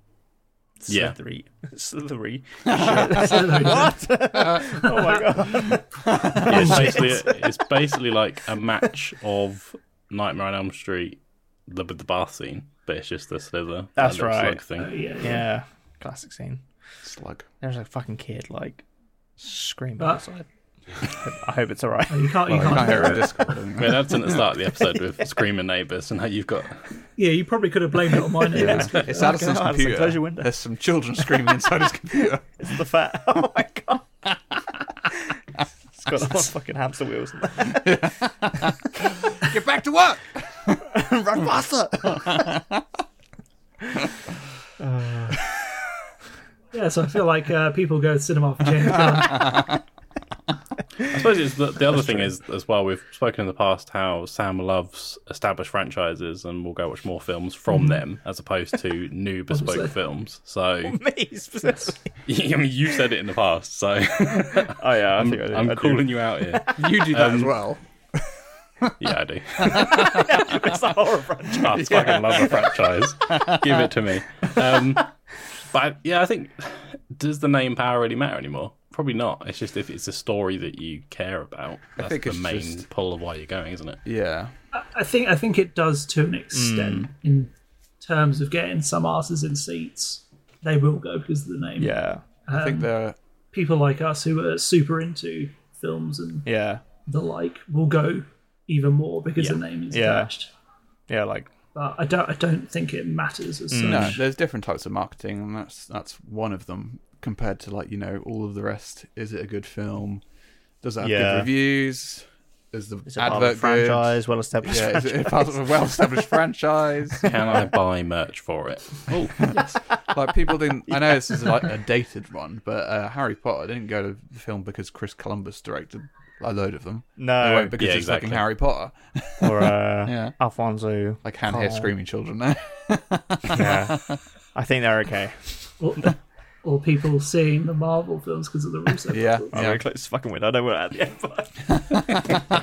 Speaker 1: Yeah.
Speaker 2: slithery slithery.
Speaker 4: oh
Speaker 2: my god,
Speaker 1: Yeah, it's, basically, it's basically like a match of Nightmare on Elm Street, the the bath scene, but it's just the slither.
Speaker 2: That's
Speaker 1: that little slug
Speaker 2: right.
Speaker 1: Thing.
Speaker 4: yeah, yeah.
Speaker 2: yeah, classic scene.
Speaker 3: Slug.
Speaker 2: There's a fucking kid like screaming
Speaker 4: That-
Speaker 2: outside. I hope it's alright.
Speaker 4: You can't, you
Speaker 3: I
Speaker 4: can't
Speaker 3: can't
Speaker 4: hear
Speaker 3: hear it on
Speaker 4: it.
Speaker 3: Discord. I think.
Speaker 1: Yeah, Oh, that's at the start of the episode with screaming neighbours, and now you've got
Speaker 4: Yeah, you probably could have blamed it on my name.
Speaker 3: It's Addison's
Speaker 2: God, it's like,
Speaker 3: computer.
Speaker 2: close your window.
Speaker 3: There's some children screaming inside his computer.
Speaker 2: It's the fat. Oh my god. it's got a lot of fucking hamster wheels. In there.
Speaker 3: Get back to work.
Speaker 2: Run faster.
Speaker 4: Yeah, so I feel like uh, people go to cinema for James Gunn.
Speaker 1: I suppose it's the, the other thing is as well. We've spoken in the past how Sam loves established franchises, and will go watch more films from them as opposed to new bespoke
Speaker 4: Obviously.
Speaker 1: films. So
Speaker 2: Me specifically.
Speaker 1: I mean, you said it in the past, so
Speaker 2: Oh yeah, I
Speaker 1: I'm,
Speaker 2: think I did.
Speaker 1: I'm
Speaker 2: I do.
Speaker 1: calling you out here.
Speaker 3: You do that as well.
Speaker 1: Yeah, I do.
Speaker 2: It's a horror franchise.
Speaker 1: I fucking love a franchise. Give it to me. Um, but yeah, I think does the name power really matter anymore? Probably not. It's just if it's a story that you care about, that's
Speaker 3: think
Speaker 1: the
Speaker 3: it's
Speaker 1: main
Speaker 3: just-
Speaker 1: pull of why you're going, isn't it?
Speaker 3: Yeah.
Speaker 4: I think I think it does to an extent
Speaker 2: Mm.
Speaker 4: in terms of getting some asses in seats. They will go because of the name.
Speaker 2: Yeah,
Speaker 3: I think they're.
Speaker 4: People like us who are super into films and
Speaker 2: yeah,
Speaker 4: the like will go even more because the name is
Speaker 2: Yeah.
Speaker 4: attached.
Speaker 2: yeah. Like
Speaker 4: But I don't I don't think it matters as
Speaker 2: Mm.
Speaker 3: No,
Speaker 4: such.
Speaker 3: there's different types of marketing, and that's that's one of them. Compared to like you know all of the rest, is it a good film? Does it have
Speaker 2: Yeah.
Speaker 3: good reviews? Is the
Speaker 2: it's a part of a
Speaker 3: advert good?
Speaker 2: franchise, well established.
Speaker 3: Yeah, is it part of a well-established franchise?
Speaker 1: Can I buy merch for it? Oh,
Speaker 3: Like people didn't. I know this is like a dated one, but uh, Harry Potter didn't go to the film because Chris Columbus directed a load of them. They
Speaker 2: No,
Speaker 3: went because
Speaker 1: Yeah,
Speaker 3: it's fucking
Speaker 1: exactly.
Speaker 3: Harry Potter.
Speaker 2: or uh,
Speaker 3: Oh, Yeah,
Speaker 2: Alfonso.
Speaker 3: like can hear screaming children there.
Speaker 2: Yeah, I think they're okay.
Speaker 4: Or, or people seeing the Marvel films because of the Russo.
Speaker 3: yeah,
Speaker 2: I'm
Speaker 3: yeah,
Speaker 2: gonna close this fucking window. I don't want to add the end, but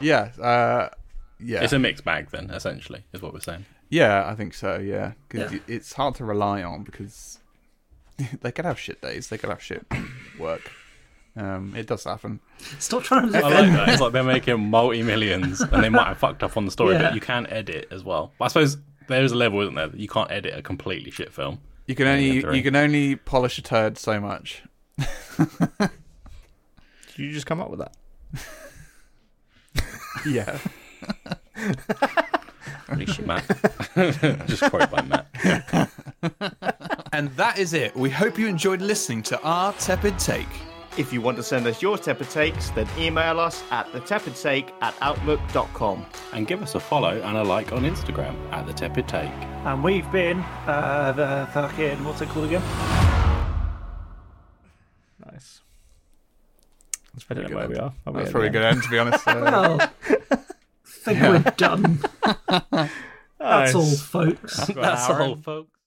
Speaker 3: yeah. Uh, yeah,
Speaker 1: it's a mixed bag then, essentially, is what we're saying.
Speaker 3: Yeah, I think so. Yeah, 'Cause
Speaker 4: Yeah.
Speaker 3: y- it's hard to rely on because they could have shit days. They could have shit work. Um, it does happen.
Speaker 4: Stop trying to
Speaker 1: I like that. It's like they're making multi millions, and they might have fucked up on the story,
Speaker 4: Yeah.
Speaker 1: but you can edit as well. But I suppose there is a level, isn't there, that you can't edit a completely shit film.
Speaker 3: You can
Speaker 1: yeah,
Speaker 3: only
Speaker 1: three.
Speaker 3: you can only polish a turd so much.
Speaker 2: Did you just come up with that?
Speaker 3: Yeah,
Speaker 1: Holy shit, Matt. Just quote by Matt.
Speaker 3: and that is it. We hope you enjoyed listening to our tepid take.
Speaker 11: If you want to send us your tepid takes, then email us at thetepidtake at outlook.com.
Speaker 1: And give us a follow and a like on Instagram at The Tepid Take.
Speaker 12: And we've been uh, the fucking what's it called again?
Speaker 2: Nice. That's better than where we are. Are we
Speaker 3: That's
Speaker 2: at
Speaker 3: probably a
Speaker 2: the
Speaker 3: good end, to be honest. Uh,
Speaker 4: Well, I think we're done.
Speaker 2: end?
Speaker 4: That's all,
Speaker 2: Nice.
Speaker 4: folks.
Speaker 1: That's all, folks.